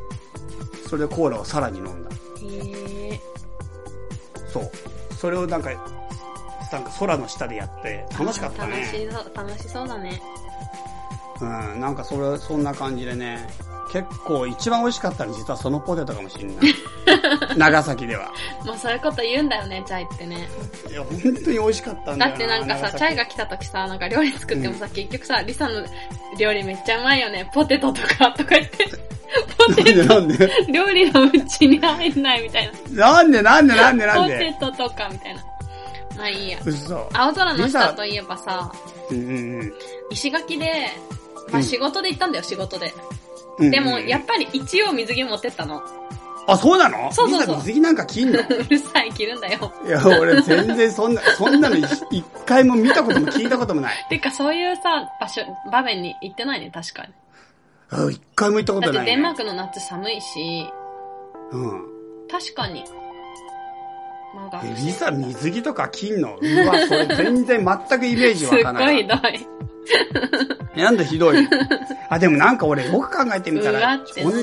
[SPEAKER 1] それでコーラをさらに飲んだ。
[SPEAKER 2] へえ。
[SPEAKER 1] そう。それをなんか、なんか空の下でやって、楽しかった
[SPEAKER 2] 楽
[SPEAKER 1] ね。
[SPEAKER 2] しそう、楽しそうだね。
[SPEAKER 1] うん、なんかそれ、そんな感じでね。結構一番美味しかったの実はそのポテトかもしんな い。長崎では。
[SPEAKER 2] もうそういうこと言うんだよね、チャイってね。
[SPEAKER 1] いや、本当に美味しかったんだ
[SPEAKER 2] だ
[SPEAKER 1] よな。
[SPEAKER 2] ってなんかさ、
[SPEAKER 1] 長崎
[SPEAKER 2] チャイが来た時さ、なんか料理 作ってもさ、結局さ、リサの料理めっちゃうまいよね、ポテトとか、とか言って、ポ
[SPEAKER 1] なん
[SPEAKER 2] テ
[SPEAKER 1] でなんで
[SPEAKER 2] ト、料理のうちに入んないみたいな。
[SPEAKER 1] なんでなんでなんでな
[SPEAKER 2] ポ
[SPEAKER 1] ん
[SPEAKER 2] テ
[SPEAKER 1] で
[SPEAKER 2] トとかみたいな。まあいいや。
[SPEAKER 1] 嘘。
[SPEAKER 2] 青空の下といえばさ、
[SPEAKER 1] うんうん
[SPEAKER 2] 石垣で、ま
[SPEAKER 1] う
[SPEAKER 2] あ
[SPEAKER 1] ん
[SPEAKER 2] 仕事で行ったんだよ、仕事で。
[SPEAKER 1] うん。
[SPEAKER 2] でも、や
[SPEAKER 1] っ
[SPEAKER 2] っぱり一応水着持ってったの。
[SPEAKER 1] あ、そうなの
[SPEAKER 2] そうそうそ
[SPEAKER 1] み
[SPEAKER 2] う
[SPEAKER 1] んな水着なんか着んのいう
[SPEAKER 2] るさい、着るんだよ。
[SPEAKER 1] や、俺全然そんな、そんなの一一回も見たことも聞いたこともない。
[SPEAKER 2] てか、そういうさ、場所、場面に行ってないね、確かに。
[SPEAKER 1] あ一回も行ったこ
[SPEAKER 2] だ
[SPEAKER 1] と
[SPEAKER 2] っ
[SPEAKER 1] ない、ね。
[SPEAKER 2] てデンマークの夏寒いし、
[SPEAKER 1] うん。
[SPEAKER 2] 確かに。まあ、
[SPEAKER 1] え
[SPEAKER 2] 学
[SPEAKER 1] リ
[SPEAKER 2] 生
[SPEAKER 1] サ水着とか着んのうわ、それ全然全くイメージ
[SPEAKER 2] すっ
[SPEAKER 1] 湧かな
[SPEAKER 2] ごい
[SPEAKER 1] い
[SPEAKER 2] ひ
[SPEAKER 1] な。
[SPEAKER 2] どい。
[SPEAKER 1] えなんでひどいの あ、でもなんか俺よく考えてみた
[SPEAKER 2] うわ
[SPEAKER 1] ら
[SPEAKER 2] って、何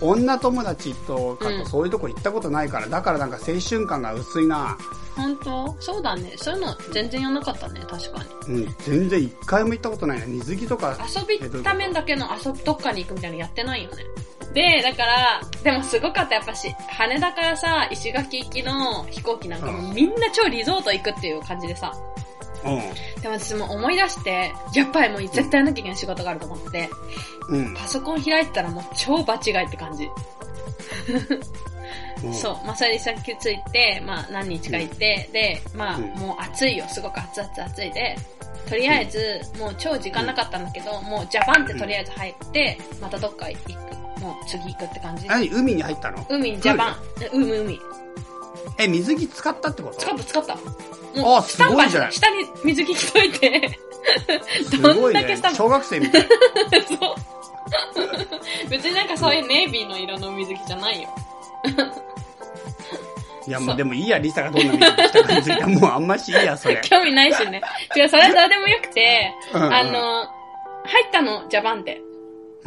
[SPEAKER 1] おん女友達とか
[SPEAKER 2] う
[SPEAKER 1] と
[SPEAKER 2] ん
[SPEAKER 1] そういうとこ行ったことないから、だからなんか青春感が薄いな。
[SPEAKER 2] 本当そうだね。そういうの全然やんなかったね、確かに。
[SPEAKER 1] うん、全然一回も行ったことないな。水着とか、
[SPEAKER 2] 遊びためだけの遊びどっかに行くみたいなのやってないよね。で、だから、でもすごかった、やっぱし、羽田からさ、石垣行きの飛行機なんかもみんな超リゾート行くっていう感じでさ。でも私も思い出して、やっぱりもう絶対やんなきゃいけない仕事があると思って、
[SPEAKER 1] うん、うん。
[SPEAKER 2] パソコン開いてたらもう超場違いって感じ。
[SPEAKER 1] うん
[SPEAKER 2] そう。まあ、それで先着いて、まあ、何日か行って、で、まあ、
[SPEAKER 1] うん
[SPEAKER 2] もう暑いよ。すごく暑い暑い暑いで、とりあえず、もう超時間なかったんだけど、もうジャパンってとりあえず入って、またどっか行く。もう次行くって感じ。
[SPEAKER 1] 何海に入ったの
[SPEAKER 2] 海にジャパン。え海海。
[SPEAKER 1] え、水着使ったってこと
[SPEAKER 2] 使った使った。も
[SPEAKER 1] あ
[SPEAKER 2] う、
[SPEAKER 1] す
[SPEAKER 2] スタン
[SPEAKER 1] ご
[SPEAKER 2] バ
[SPEAKER 1] い
[SPEAKER 2] イし
[SPEAKER 1] じゃな
[SPEAKER 2] て、
[SPEAKER 1] い
[SPEAKER 2] 下に水着着といて、
[SPEAKER 1] す
[SPEAKER 2] ど
[SPEAKER 1] ご
[SPEAKER 2] ん
[SPEAKER 1] い
[SPEAKER 2] だけ
[SPEAKER 1] ね
[SPEAKER 2] した。の
[SPEAKER 1] 小学生みたい。
[SPEAKER 2] そう。 別になんかそういうネイビーの色の水着じゃないよ。
[SPEAKER 1] いや、もうでもいいや、リサがどんな水着着たかについてはもうあんましいいや、そ れ。
[SPEAKER 2] 興味ないしね。違う、それは誰でもよくて、
[SPEAKER 1] うんうん
[SPEAKER 2] あの、入ったの、ジャパンで。
[SPEAKER 1] うん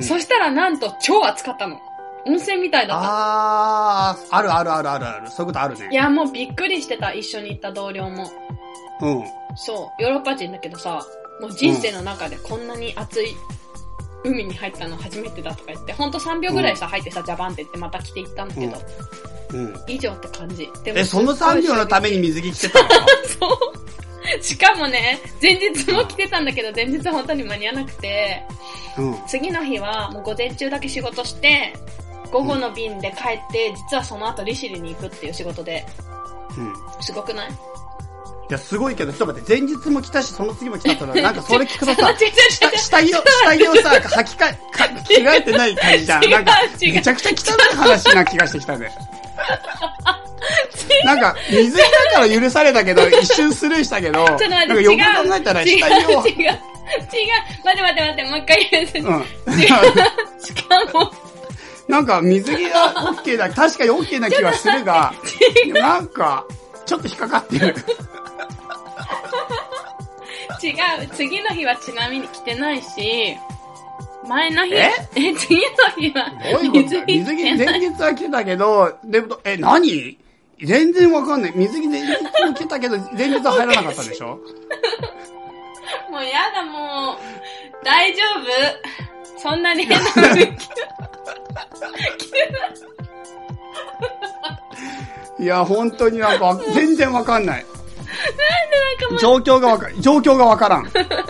[SPEAKER 2] そしたらなんと超暑かったの。温泉みたいだった。
[SPEAKER 1] あー、あるあるあるあるある。そういうことあるね。
[SPEAKER 2] いや、もうびっくりしてた、一緒に行った同僚も。
[SPEAKER 1] うん。
[SPEAKER 2] そう、ヨーロッパ人だけどさ、もう人生の中でこんなに暑い海に入ったの初めてだとか言って、ほんと3秒ぐらいさ、入ってさ、ジャパンって言ってまた着て行ったんだけど、
[SPEAKER 1] うんうん。
[SPEAKER 2] 以上って感じ。でも
[SPEAKER 1] え、その3秒のために水着着てた の
[SPEAKER 2] そう。しかもね、前日も来てたんだけど、前日本当に間に合わなくて、
[SPEAKER 1] うん。
[SPEAKER 2] 次の日はもう午前中だけ仕事して、午後の便で帰って、実はその後利尻に行くっていう仕事で、
[SPEAKER 1] うん。
[SPEAKER 2] すごくない
[SPEAKER 1] いや、すごいけど、ちょっと待って、前日も来たし、その次も来た ってのは、なんかそれ聞くと
[SPEAKER 2] 違う
[SPEAKER 1] さ、
[SPEAKER 2] 違う違
[SPEAKER 1] 下下着を、下着をさ、履き替え、か着替えてない感じじゃん。
[SPEAKER 2] 違う
[SPEAKER 1] なんか、
[SPEAKER 2] 違う
[SPEAKER 1] めちゃくちゃ汚い話な気がしてきた ね。なんか、水着だから許されたけど、一瞬スルーしたけど、なん
[SPEAKER 2] ちょ
[SPEAKER 1] か
[SPEAKER 2] っと待
[SPEAKER 1] よ
[SPEAKER 2] って、
[SPEAKER 1] く
[SPEAKER 2] 違う。違う、違う、違
[SPEAKER 1] 考
[SPEAKER 2] う。違う。
[SPEAKER 1] えたら、下 着を、
[SPEAKER 2] 違う。待って待って待って、もう一回言う。
[SPEAKER 1] うん。
[SPEAKER 2] しかも、
[SPEAKER 1] なんか、水着は OK だ、確かに OK な気はする が、なんか、ちょっと引っかかってる。
[SPEAKER 2] 違う。次の日はちなみに来てないし、前の日、
[SPEAKER 1] え
[SPEAKER 2] え、次の日は
[SPEAKER 1] どういうこと
[SPEAKER 2] 水
[SPEAKER 1] だ
[SPEAKER 2] 着
[SPEAKER 1] 水
[SPEAKER 2] 着
[SPEAKER 1] 着
[SPEAKER 2] てない。
[SPEAKER 1] 前日は着てたけど、でも、え、何全然わかんない。水着前日も着てたけど、前日は入らなかったでしょ
[SPEAKER 2] もうやだ、もう。大丈夫そんなに 変なの着る
[SPEAKER 1] いや、本当になんか、 全然わかんない。
[SPEAKER 2] なんかも
[SPEAKER 1] 状況がわか、状況がわからん。
[SPEAKER 2] う。だか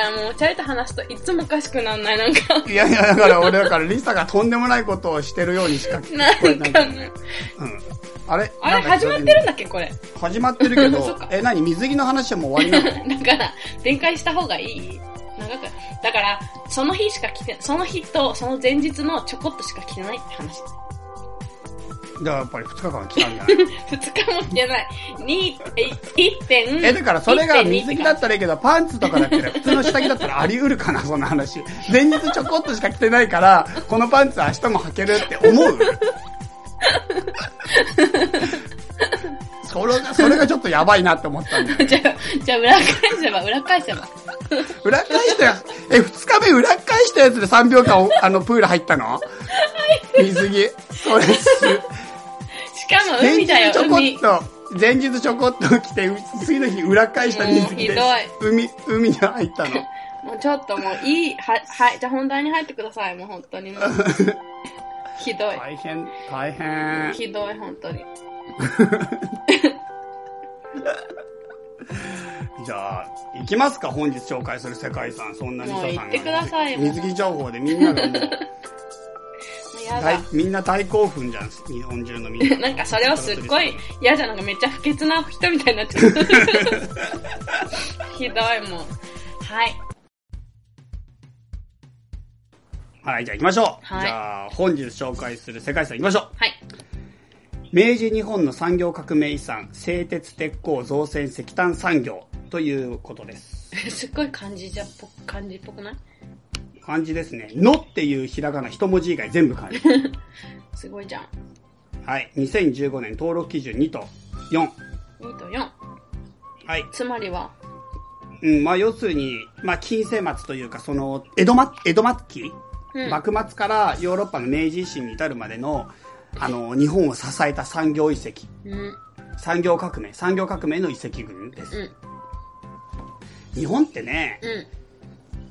[SPEAKER 2] らもう、チャイと話すといつもおかしくなんない。なんか、
[SPEAKER 1] いやいや、だから俺だから、リサがとんでもないことをしてるようにしか聞こえ
[SPEAKER 2] な
[SPEAKER 1] なんいか
[SPEAKER 2] からも
[SPEAKER 1] ね
[SPEAKER 2] う。。
[SPEAKER 1] うん。あれ
[SPEAKER 2] あれ、
[SPEAKER 1] なんか
[SPEAKER 2] 始まってるんだっけ、これ。
[SPEAKER 1] 始まってるけ
[SPEAKER 2] そっ
[SPEAKER 1] ど
[SPEAKER 2] か、
[SPEAKER 1] え、何水着の話はもう終わりなの
[SPEAKER 2] だから、展開した方がいい長く。だから、その日しか来て、その日とその前日のちょこっとしか来てないって話。
[SPEAKER 1] じゃあやっぱり2日間は来たんじゃない
[SPEAKER 2] 二日も来てない。に、え、一 点。
[SPEAKER 1] え、だからそれが
[SPEAKER 2] 1.2
[SPEAKER 1] 水着だったらいいけど、パンツとかだったら、普通の下着だったらあり得るかな、そんな話。前日ちょこっとしか着てないから、このパンツ明日も履けるって思うそれが、それがちょっとやばいなって思ったんだよ。
[SPEAKER 2] じゃあ、じゃあ裏返せば、裏返せば。
[SPEAKER 1] 裏返したや、え、2日目裏返したやつで3秒間お、あの、プール入ったの水着。それす、
[SPEAKER 2] しかも
[SPEAKER 1] 前
[SPEAKER 2] 海
[SPEAKER 1] 日
[SPEAKER 2] だよ
[SPEAKER 1] ち、ょこ
[SPEAKER 2] 海
[SPEAKER 1] っ。と、前日ちょこっと来て、次の日裏返した水着で
[SPEAKER 2] もう、
[SPEAKER 1] 海、海に入ったの。
[SPEAKER 2] もうちょっともういい、は、はい、じゃあ本題に入ってください、もう本当にもう。ひどい。
[SPEAKER 1] 大変、大変。
[SPEAKER 2] ひどい、本当に。
[SPEAKER 1] じゃあ、行きますか、本日紹介する世界遺産、そんなにささんが
[SPEAKER 2] もう行ってくださいよ
[SPEAKER 1] 水着情報でみんながもう、
[SPEAKER 2] もうややだ
[SPEAKER 1] 大みんな大興奮じゃん、日本中のみんな。
[SPEAKER 2] なんかそれをすっごい嫌じゃんなんかめっちゃ不潔な人みたいになっちゃった。ひどいもん。はい。
[SPEAKER 1] はい、じゃあ行きましょう。
[SPEAKER 2] はい
[SPEAKER 1] じゃあ、本日紹介する世界遺産行きましょう。
[SPEAKER 2] はい。
[SPEAKER 1] 明治日本の産業革命遺産、製鉄、鉄鋼、造船、石炭産業ということです。
[SPEAKER 2] すっごい漢字じゃっぽく、漢字っぽくない
[SPEAKER 1] 漢字ですね。のっていうひらがな一文字以外全部漢字。
[SPEAKER 2] すごいじゃん。
[SPEAKER 1] はい。2015年登録基準2と4。
[SPEAKER 2] 2と4。
[SPEAKER 1] はい。
[SPEAKER 2] つまりは、
[SPEAKER 1] うん、まあ要するに、まあ近世末というか、その、江戸末、江戸末期、
[SPEAKER 2] うん
[SPEAKER 1] 幕末からヨーロッパの明治維新に至るまでの、あの、日本を支えた産業遺跡、
[SPEAKER 2] うん、うん、
[SPEAKER 1] 産業革命、産業革命の遺跡群です。日本ってね、
[SPEAKER 2] うん、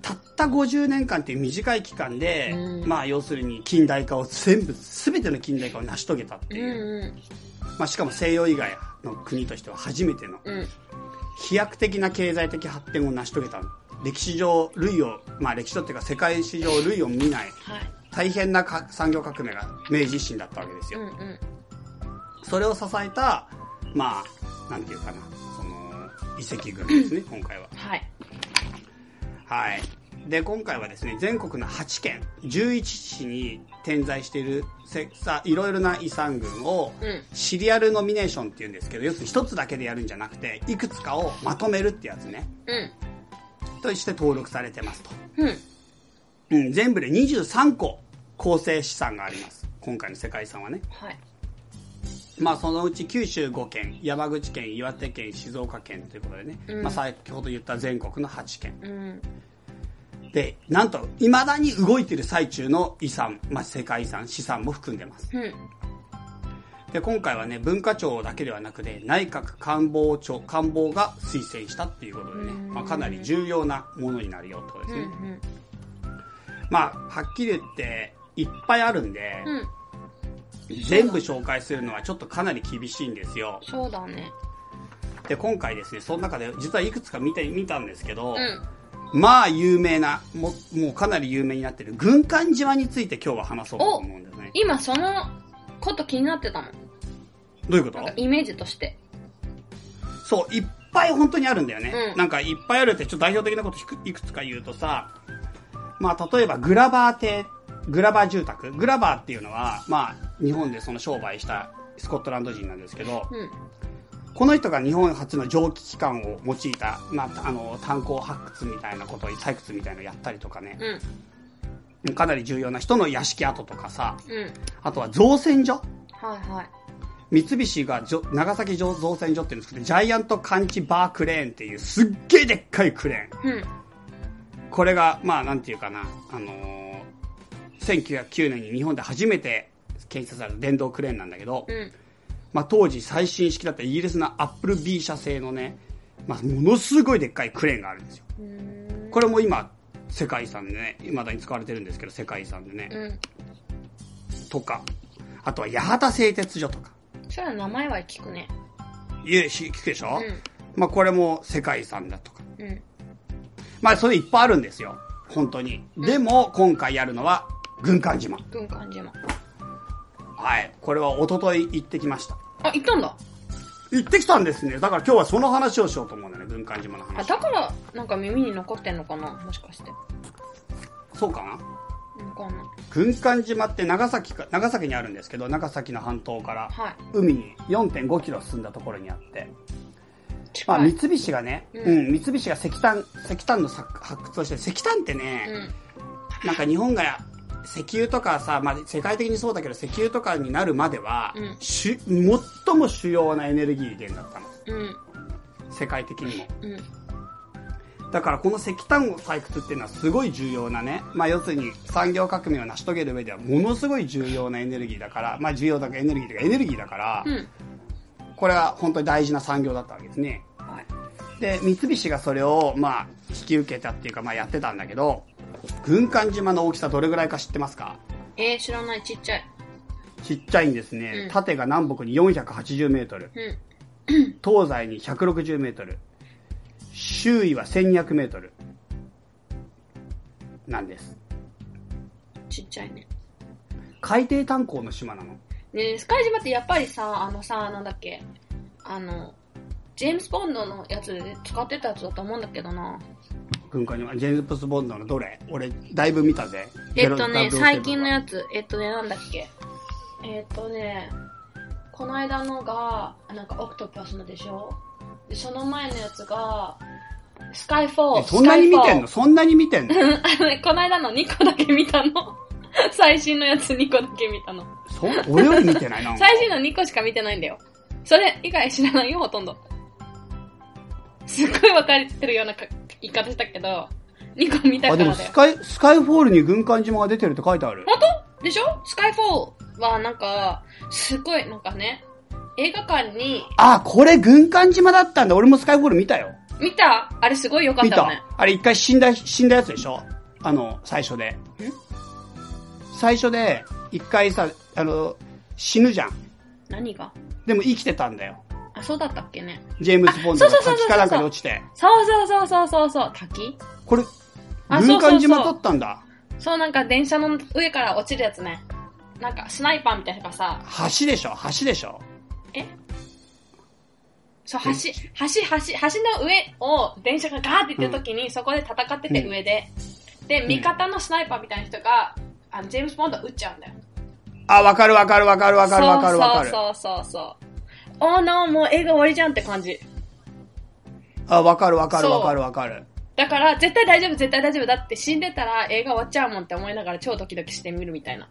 [SPEAKER 1] たった50年間っていう短い期間で、
[SPEAKER 2] うん
[SPEAKER 1] まあ要するに近代化を全部、すべての近代化を成し遂げたって
[SPEAKER 2] うん、
[SPEAKER 1] いう、
[SPEAKER 2] う
[SPEAKER 1] まあしかも西洋以外の国としては初めての
[SPEAKER 2] ん、うん、
[SPEAKER 1] 飛躍的な経済的発展を成し遂げた歴史上類をまあ歴史上っていうか世界史上類を見ない
[SPEAKER 2] はい。
[SPEAKER 1] 大変なか産業革命が明治維新だったわけです
[SPEAKER 2] う
[SPEAKER 1] よ、
[SPEAKER 2] ん、うん、
[SPEAKER 1] それを支えたまあなんていうかなその遺跡群です ね今回は
[SPEAKER 2] はい。
[SPEAKER 1] はいで今回はですね全国の8県11市に点在しているせさいろいろな遺産群を
[SPEAKER 2] うん
[SPEAKER 1] シリアルノミネーションっていうんですけど要するに一つだけでやるんじゃなくていくつかをまとめるってやつね
[SPEAKER 2] うん、
[SPEAKER 1] として登録されてますと、
[SPEAKER 2] うん、
[SPEAKER 1] うん、全部で23個構成資産があります今回の世界遺産はね
[SPEAKER 2] はい。
[SPEAKER 1] まあそのうち九州5県山口県岩手県静岡県ということでね、
[SPEAKER 2] うん
[SPEAKER 1] まあ、先ほど言った全国の8県
[SPEAKER 2] うん、
[SPEAKER 1] でなんといまだに動いてる最中の遺産、まあ、世界遺産資産も含んでます
[SPEAKER 2] うん、
[SPEAKER 1] で今回はね文化庁だけではなくて内閣官房庁官房が推薦したっていうことでね、
[SPEAKER 2] うん
[SPEAKER 1] まあ、かなり重要なものになるよってことで
[SPEAKER 2] う
[SPEAKER 1] すね、
[SPEAKER 2] ん、
[SPEAKER 1] まあはっきり言っていっぱいあるんで、
[SPEAKER 2] うん、
[SPEAKER 1] 全部紹介するのはちょっとかなり厳しいんですよ
[SPEAKER 2] そうだね。
[SPEAKER 1] で今回ですねその中で実はいくつか見て見たんですけど
[SPEAKER 2] う、ん、
[SPEAKER 1] まあ有名なももうかなり有名になってる軍艦島について今日は話そうと思うんだよね
[SPEAKER 2] 今そのこと気になってたの。
[SPEAKER 1] どういうこ
[SPEAKER 2] なん
[SPEAKER 1] と
[SPEAKER 2] かイメージとして。
[SPEAKER 1] そういっぱい本当にあるんだよね、
[SPEAKER 2] うん
[SPEAKER 1] なんかいっぱいあるってちょっと代表的なことひくいくつか言うとさまあ例えばグラバー邸グラバー住宅グラバーっていうのはまあ日本でその商売したスコットランド人なんですけど、
[SPEAKER 2] うん、
[SPEAKER 1] この人が日本初の蒸気機関を用いた、まあ、あの炭鉱発掘みたいなことを採掘みたいなのやったりとかね、
[SPEAKER 2] うん、
[SPEAKER 1] かなり重要な人の屋敷跡とかさ
[SPEAKER 2] うん、
[SPEAKER 1] あとは造船所
[SPEAKER 2] はいはい。
[SPEAKER 1] 三菱がじょ長崎造造船所っていうんですけどジャイアントカンチバークレーンっていうすっげえでっかいクレーン
[SPEAKER 2] うん、
[SPEAKER 1] これがまあなんていうかなあのー1909年に日本で初めて建設された電動クレーンなんだけど、
[SPEAKER 2] うん、
[SPEAKER 1] まあ、当時最新式だったイギリスのアップル B 社製のね、まあ、ものすごいでっかいクレーンがあるんですよ
[SPEAKER 2] うーん
[SPEAKER 1] これも今世界遺産でね未だに使われてるんですけど世界遺産でね、
[SPEAKER 2] うん。
[SPEAKER 1] とかあとは八幡製鉄所とか
[SPEAKER 2] それは名前は聞くね。
[SPEAKER 1] いうし聞くでしょ、
[SPEAKER 2] う
[SPEAKER 1] まあ、これも世界遺産だとか
[SPEAKER 2] ん、うん、
[SPEAKER 1] まあそれいっぱいあるんですよ本当にでも今回やるのは軍艦島
[SPEAKER 2] 軍艦島。
[SPEAKER 1] はいこれは一昨日行ってきました
[SPEAKER 2] あ、行ったんだ。
[SPEAKER 1] 行ってきたんですねだから今日はその話をしようと思うんだよね軍艦島の
[SPEAKER 2] あ、
[SPEAKER 1] 話
[SPEAKER 2] だから、なんか耳に残ってんのかなもしかして。
[SPEAKER 1] そうかな
[SPEAKER 2] わかんない。
[SPEAKER 1] 軍艦島って長崎か長崎にあるんですけど長崎の半島から
[SPEAKER 2] はい。
[SPEAKER 1] 海に4 5キロ進んだところにあって、まあ、
[SPEAKER 2] 近
[SPEAKER 1] 三
[SPEAKER 2] い。
[SPEAKER 1] 菱がね、
[SPEAKER 2] う
[SPEAKER 1] うんん三菱が石炭石炭のさ発掘をして石炭って
[SPEAKER 2] う
[SPEAKER 1] ね、
[SPEAKER 2] ん、
[SPEAKER 1] なんか日本が石油とかさ、まあ、世界的にそうだけど石油とかになるまでは、
[SPEAKER 2] うん
[SPEAKER 1] し最も主要なエネルギー源だったの
[SPEAKER 2] うん、
[SPEAKER 1] 世界的にも
[SPEAKER 2] うん、
[SPEAKER 1] だからこの石炭を採掘っていうのはすごい重要なね、まあ、要するに産業革命を成し遂げる上ではものすごい重要なエネルギーだから、まあ、重要だからエネルギーというかエネルギーだから、
[SPEAKER 2] うん。
[SPEAKER 1] これは本当に大事な産業だったわけですね
[SPEAKER 2] はい。
[SPEAKER 1] で三菱がそれをまあ引き受けたっていうかまあやってたんだけど軍艦島の大きさどれぐらいか知ってますか
[SPEAKER 2] えー、知らない。ちっちゃい。
[SPEAKER 1] ちっちゃいんですね、
[SPEAKER 2] うん
[SPEAKER 1] 縦が南北に480メートル
[SPEAKER 2] うん。
[SPEAKER 1] 東西に160メートル周囲は1200メートルなんです
[SPEAKER 2] ちっちゃいね。
[SPEAKER 1] 海底炭鉱の島なの
[SPEAKER 2] ねえ、スカイ島ってやっぱりさ、あのさ、なんだっけ、あの、ジェームス・ボンドのやつで使ってたやつだと思うんだけどな。
[SPEAKER 1] 軍艦にはジェームズ・ボンドのどれ俺だいぶ見たぜ
[SPEAKER 2] えっとね、
[SPEAKER 1] 007
[SPEAKER 2] 最近のやつ、えっとね、なんだっけ。えっとね、この間のが、なんかオクトパスのでしょで、その前のやつが、スカイフォー
[SPEAKER 1] え。そんなに見てんの
[SPEAKER 2] ス
[SPEAKER 1] そんなに見てんの
[SPEAKER 2] カイフォー あのねこの間の2個だけ見たの。 最新のやつ2個だけ見たの。
[SPEAKER 1] そ俺より見てないな
[SPEAKER 2] 最新の2個しか見てないんだよ。それ以外知らないよ、ほとんど。すっごい分かれてるようなか言い方したけど、2個見たか
[SPEAKER 1] あでも
[SPEAKER 2] らだ
[SPEAKER 1] ス
[SPEAKER 2] よ。
[SPEAKER 1] カイスカイフォールに軍艦島が出てるって書いてある
[SPEAKER 2] でしょスカイフォーはなんか、すごいなんかね、映画館に、
[SPEAKER 1] あこれ軍艦島だったんだ俺もスカイフォール見たよ
[SPEAKER 2] 見たあれすごい良かっ
[SPEAKER 1] 見
[SPEAKER 2] たよ
[SPEAKER 1] た、
[SPEAKER 2] ね。
[SPEAKER 1] あれ一回死んだ死んだやつでしょあの最初で最初で一回さあの死ぬじゃん
[SPEAKER 2] 何が
[SPEAKER 1] でも生きてたんだよ
[SPEAKER 2] あ、そうだったっけね。
[SPEAKER 1] ジェームズ・ボンド
[SPEAKER 2] あそ
[SPEAKER 1] が
[SPEAKER 2] うそうそうそ
[SPEAKER 1] 滝
[SPEAKER 2] う
[SPEAKER 1] かなんかに落ちて
[SPEAKER 2] そうそうそうそうそうそう、滝
[SPEAKER 1] これ
[SPEAKER 2] あ
[SPEAKER 1] 軍艦島だ
[SPEAKER 2] そうそうそう
[SPEAKER 1] ったんだ
[SPEAKER 2] そうなんか電車の上から落ちるやつね。なんかスナイパーみたいなのがさ、
[SPEAKER 1] 橋でしょ橋でしょ
[SPEAKER 2] そう、橋、橋、橋、橋の上を電車がガーって行った時に、そこで戦ってて
[SPEAKER 1] うん
[SPEAKER 2] 上で。で、味方のスナイパーみたいな人が、あの、ジェームス・ボンドを撃っちゃうんだよ。
[SPEAKER 1] あわかるわかるわかるわかるわかるわかる
[SPEAKER 2] そうそうそうそうそう。おーなもう映画終わりじゃんって感じ。
[SPEAKER 1] あわかるわかる
[SPEAKER 2] そう
[SPEAKER 1] わかるわかる
[SPEAKER 2] だから、絶対大丈夫、絶対大丈夫。だって死んでたら映画終わっちゃうもんって思いながら超ドキドキしてみるみたいな。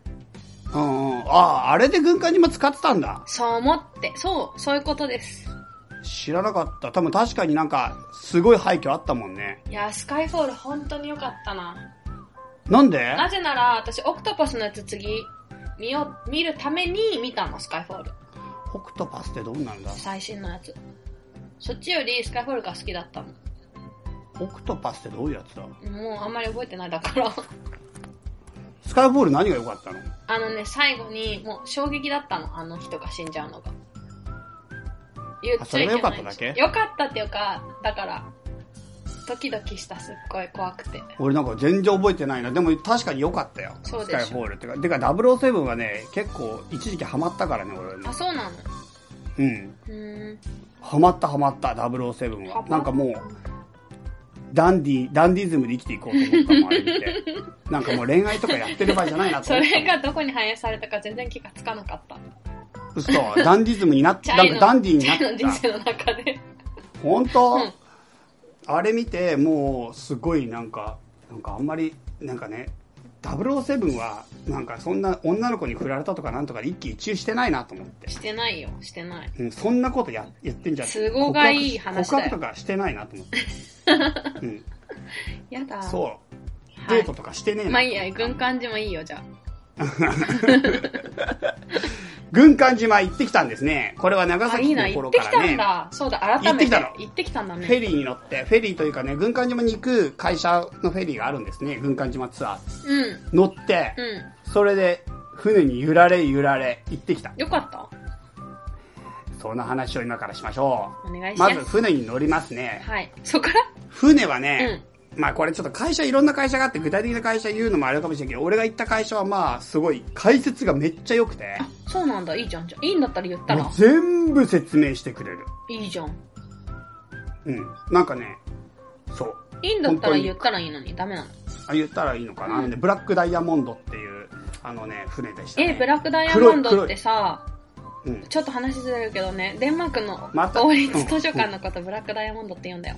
[SPEAKER 1] うんうんああれで軍艦島使ってたんだ
[SPEAKER 2] そう思って、そう、そういうことです。
[SPEAKER 1] 知らなかった多分確かになんかすごい廃墟あったもんね
[SPEAKER 2] いやー、スカイフォール本当に良かったな。
[SPEAKER 1] なんで
[SPEAKER 2] なぜなら、私、オクトパスのやつ次、見よ、見るために見たの、スカイフォール。
[SPEAKER 1] 北斗パスってどうなんだ
[SPEAKER 2] 最新のやつ。そっちよりスカイフォールが好きだったの。
[SPEAKER 1] 北斗パスってどういうやつだ
[SPEAKER 2] もうあんまり覚えてないだから。
[SPEAKER 1] スカイフォール何が良かったの
[SPEAKER 2] あのね、最後に、もう衝撃だったの、あの人が死んじゃうのが。言っちゃ
[SPEAKER 1] あそれ
[SPEAKER 2] いけないし
[SPEAKER 1] が良かっただけ
[SPEAKER 2] 良かったっていうか、だから、ドキドキした、すっごい怖くて。
[SPEAKER 1] 俺なんか全然覚えてないなでも確かに良かったよ
[SPEAKER 2] そう
[SPEAKER 1] ス
[SPEAKER 2] でし
[SPEAKER 1] カ
[SPEAKER 2] ょ
[SPEAKER 1] イフォールってかてか007はね結構一時期ハマったからね俺ね
[SPEAKER 2] あ、そうなの
[SPEAKER 1] うん
[SPEAKER 2] うーん。
[SPEAKER 1] ハマったハマった007
[SPEAKER 2] ハマ
[SPEAKER 1] は
[SPEAKER 2] った
[SPEAKER 1] なんかもうダンディダンディズムで生きていこうと思ったもんあれ見て なんかもう恋愛とかやってる場合じゃないなと
[SPEAKER 2] そ
[SPEAKER 1] 思った
[SPEAKER 2] れがどこに反映されたか全然気がつかなかった。
[SPEAKER 1] 嘘ダンディズムになっ
[SPEAKER 2] チ
[SPEAKER 1] た
[SPEAKER 2] ャ
[SPEAKER 1] なん
[SPEAKER 2] イ
[SPEAKER 1] か
[SPEAKER 2] の、
[SPEAKER 1] ダンディにな
[SPEAKER 2] チャイの人
[SPEAKER 1] っ
[SPEAKER 2] 生の中で。
[SPEAKER 1] た本当、
[SPEAKER 2] うん
[SPEAKER 1] あれ見てもうすごいなんかなんかあんまりなんかね007はなんかそんな女の子に振られたとかなんとかで一喜一憂してないなと思って、
[SPEAKER 2] してないよ、してない。
[SPEAKER 1] うん、そんなことややってんじゃん
[SPEAKER 2] 都合がいい話だ
[SPEAKER 1] 告
[SPEAKER 2] よ
[SPEAKER 1] 白とかしてないなと思 って、うん、
[SPEAKER 2] やだ。
[SPEAKER 1] そう
[SPEAKER 2] はい
[SPEAKER 1] デートとかしてねえな、
[SPEAKER 2] まあいいや、軍艦島いいよ、じゃあ。
[SPEAKER 1] 軍艦島行ってきたんですねこれは長
[SPEAKER 2] あ、い
[SPEAKER 1] 崎
[SPEAKER 2] いな、
[SPEAKER 1] の
[SPEAKER 2] 行
[SPEAKER 1] 頃
[SPEAKER 2] って
[SPEAKER 1] か
[SPEAKER 2] き
[SPEAKER 1] ら
[SPEAKER 2] た
[SPEAKER 1] ね
[SPEAKER 2] んだ。そうだ、改めて。
[SPEAKER 1] 行ってきたの
[SPEAKER 2] 行ってきたんだ
[SPEAKER 1] フ
[SPEAKER 2] ね。
[SPEAKER 1] ェリーに乗ってフェリーというかね軍艦島に行く会社のフェリーがあるんですね軍艦島ツアー
[SPEAKER 2] うん、
[SPEAKER 1] 乗って、
[SPEAKER 2] う
[SPEAKER 1] それで船に揺られ揺られ行ってきた
[SPEAKER 2] ん。よかった
[SPEAKER 1] その話を今からしましょ
[SPEAKER 2] お願いうしま。
[SPEAKER 1] ますず船に乗りますね
[SPEAKER 2] はい。そっから
[SPEAKER 1] 船はね、まあこれちょっと会社いろんな会社があって具体的な会社言うのもあれかもしれないけど俺が行った会社はまあすごい解説がめっちゃ良くて
[SPEAKER 2] あ、そうなんだ。いいじゃん、じゃあいいんだったら言った
[SPEAKER 1] もう
[SPEAKER 2] ら。
[SPEAKER 1] 全部説明してくれる
[SPEAKER 2] いいじゃん。
[SPEAKER 1] うんなんかねそう
[SPEAKER 2] いいんだっ
[SPEAKER 1] 本
[SPEAKER 2] た
[SPEAKER 1] 当
[SPEAKER 2] ら
[SPEAKER 1] に
[SPEAKER 2] 言ったらいいのに、ダメなの。
[SPEAKER 1] あ言ったらいいのかな、でブラックダイヤモンドっていうあのね船でした、ね、
[SPEAKER 2] え、ブラックダイヤモンド
[SPEAKER 1] 黒
[SPEAKER 2] っ
[SPEAKER 1] い
[SPEAKER 2] てさ、
[SPEAKER 1] 黒いうん
[SPEAKER 2] ちょっと話ずれるけどね、デンマークの
[SPEAKER 1] また
[SPEAKER 2] 王立図書館のことブラックダイヤモンドって言うんだよ。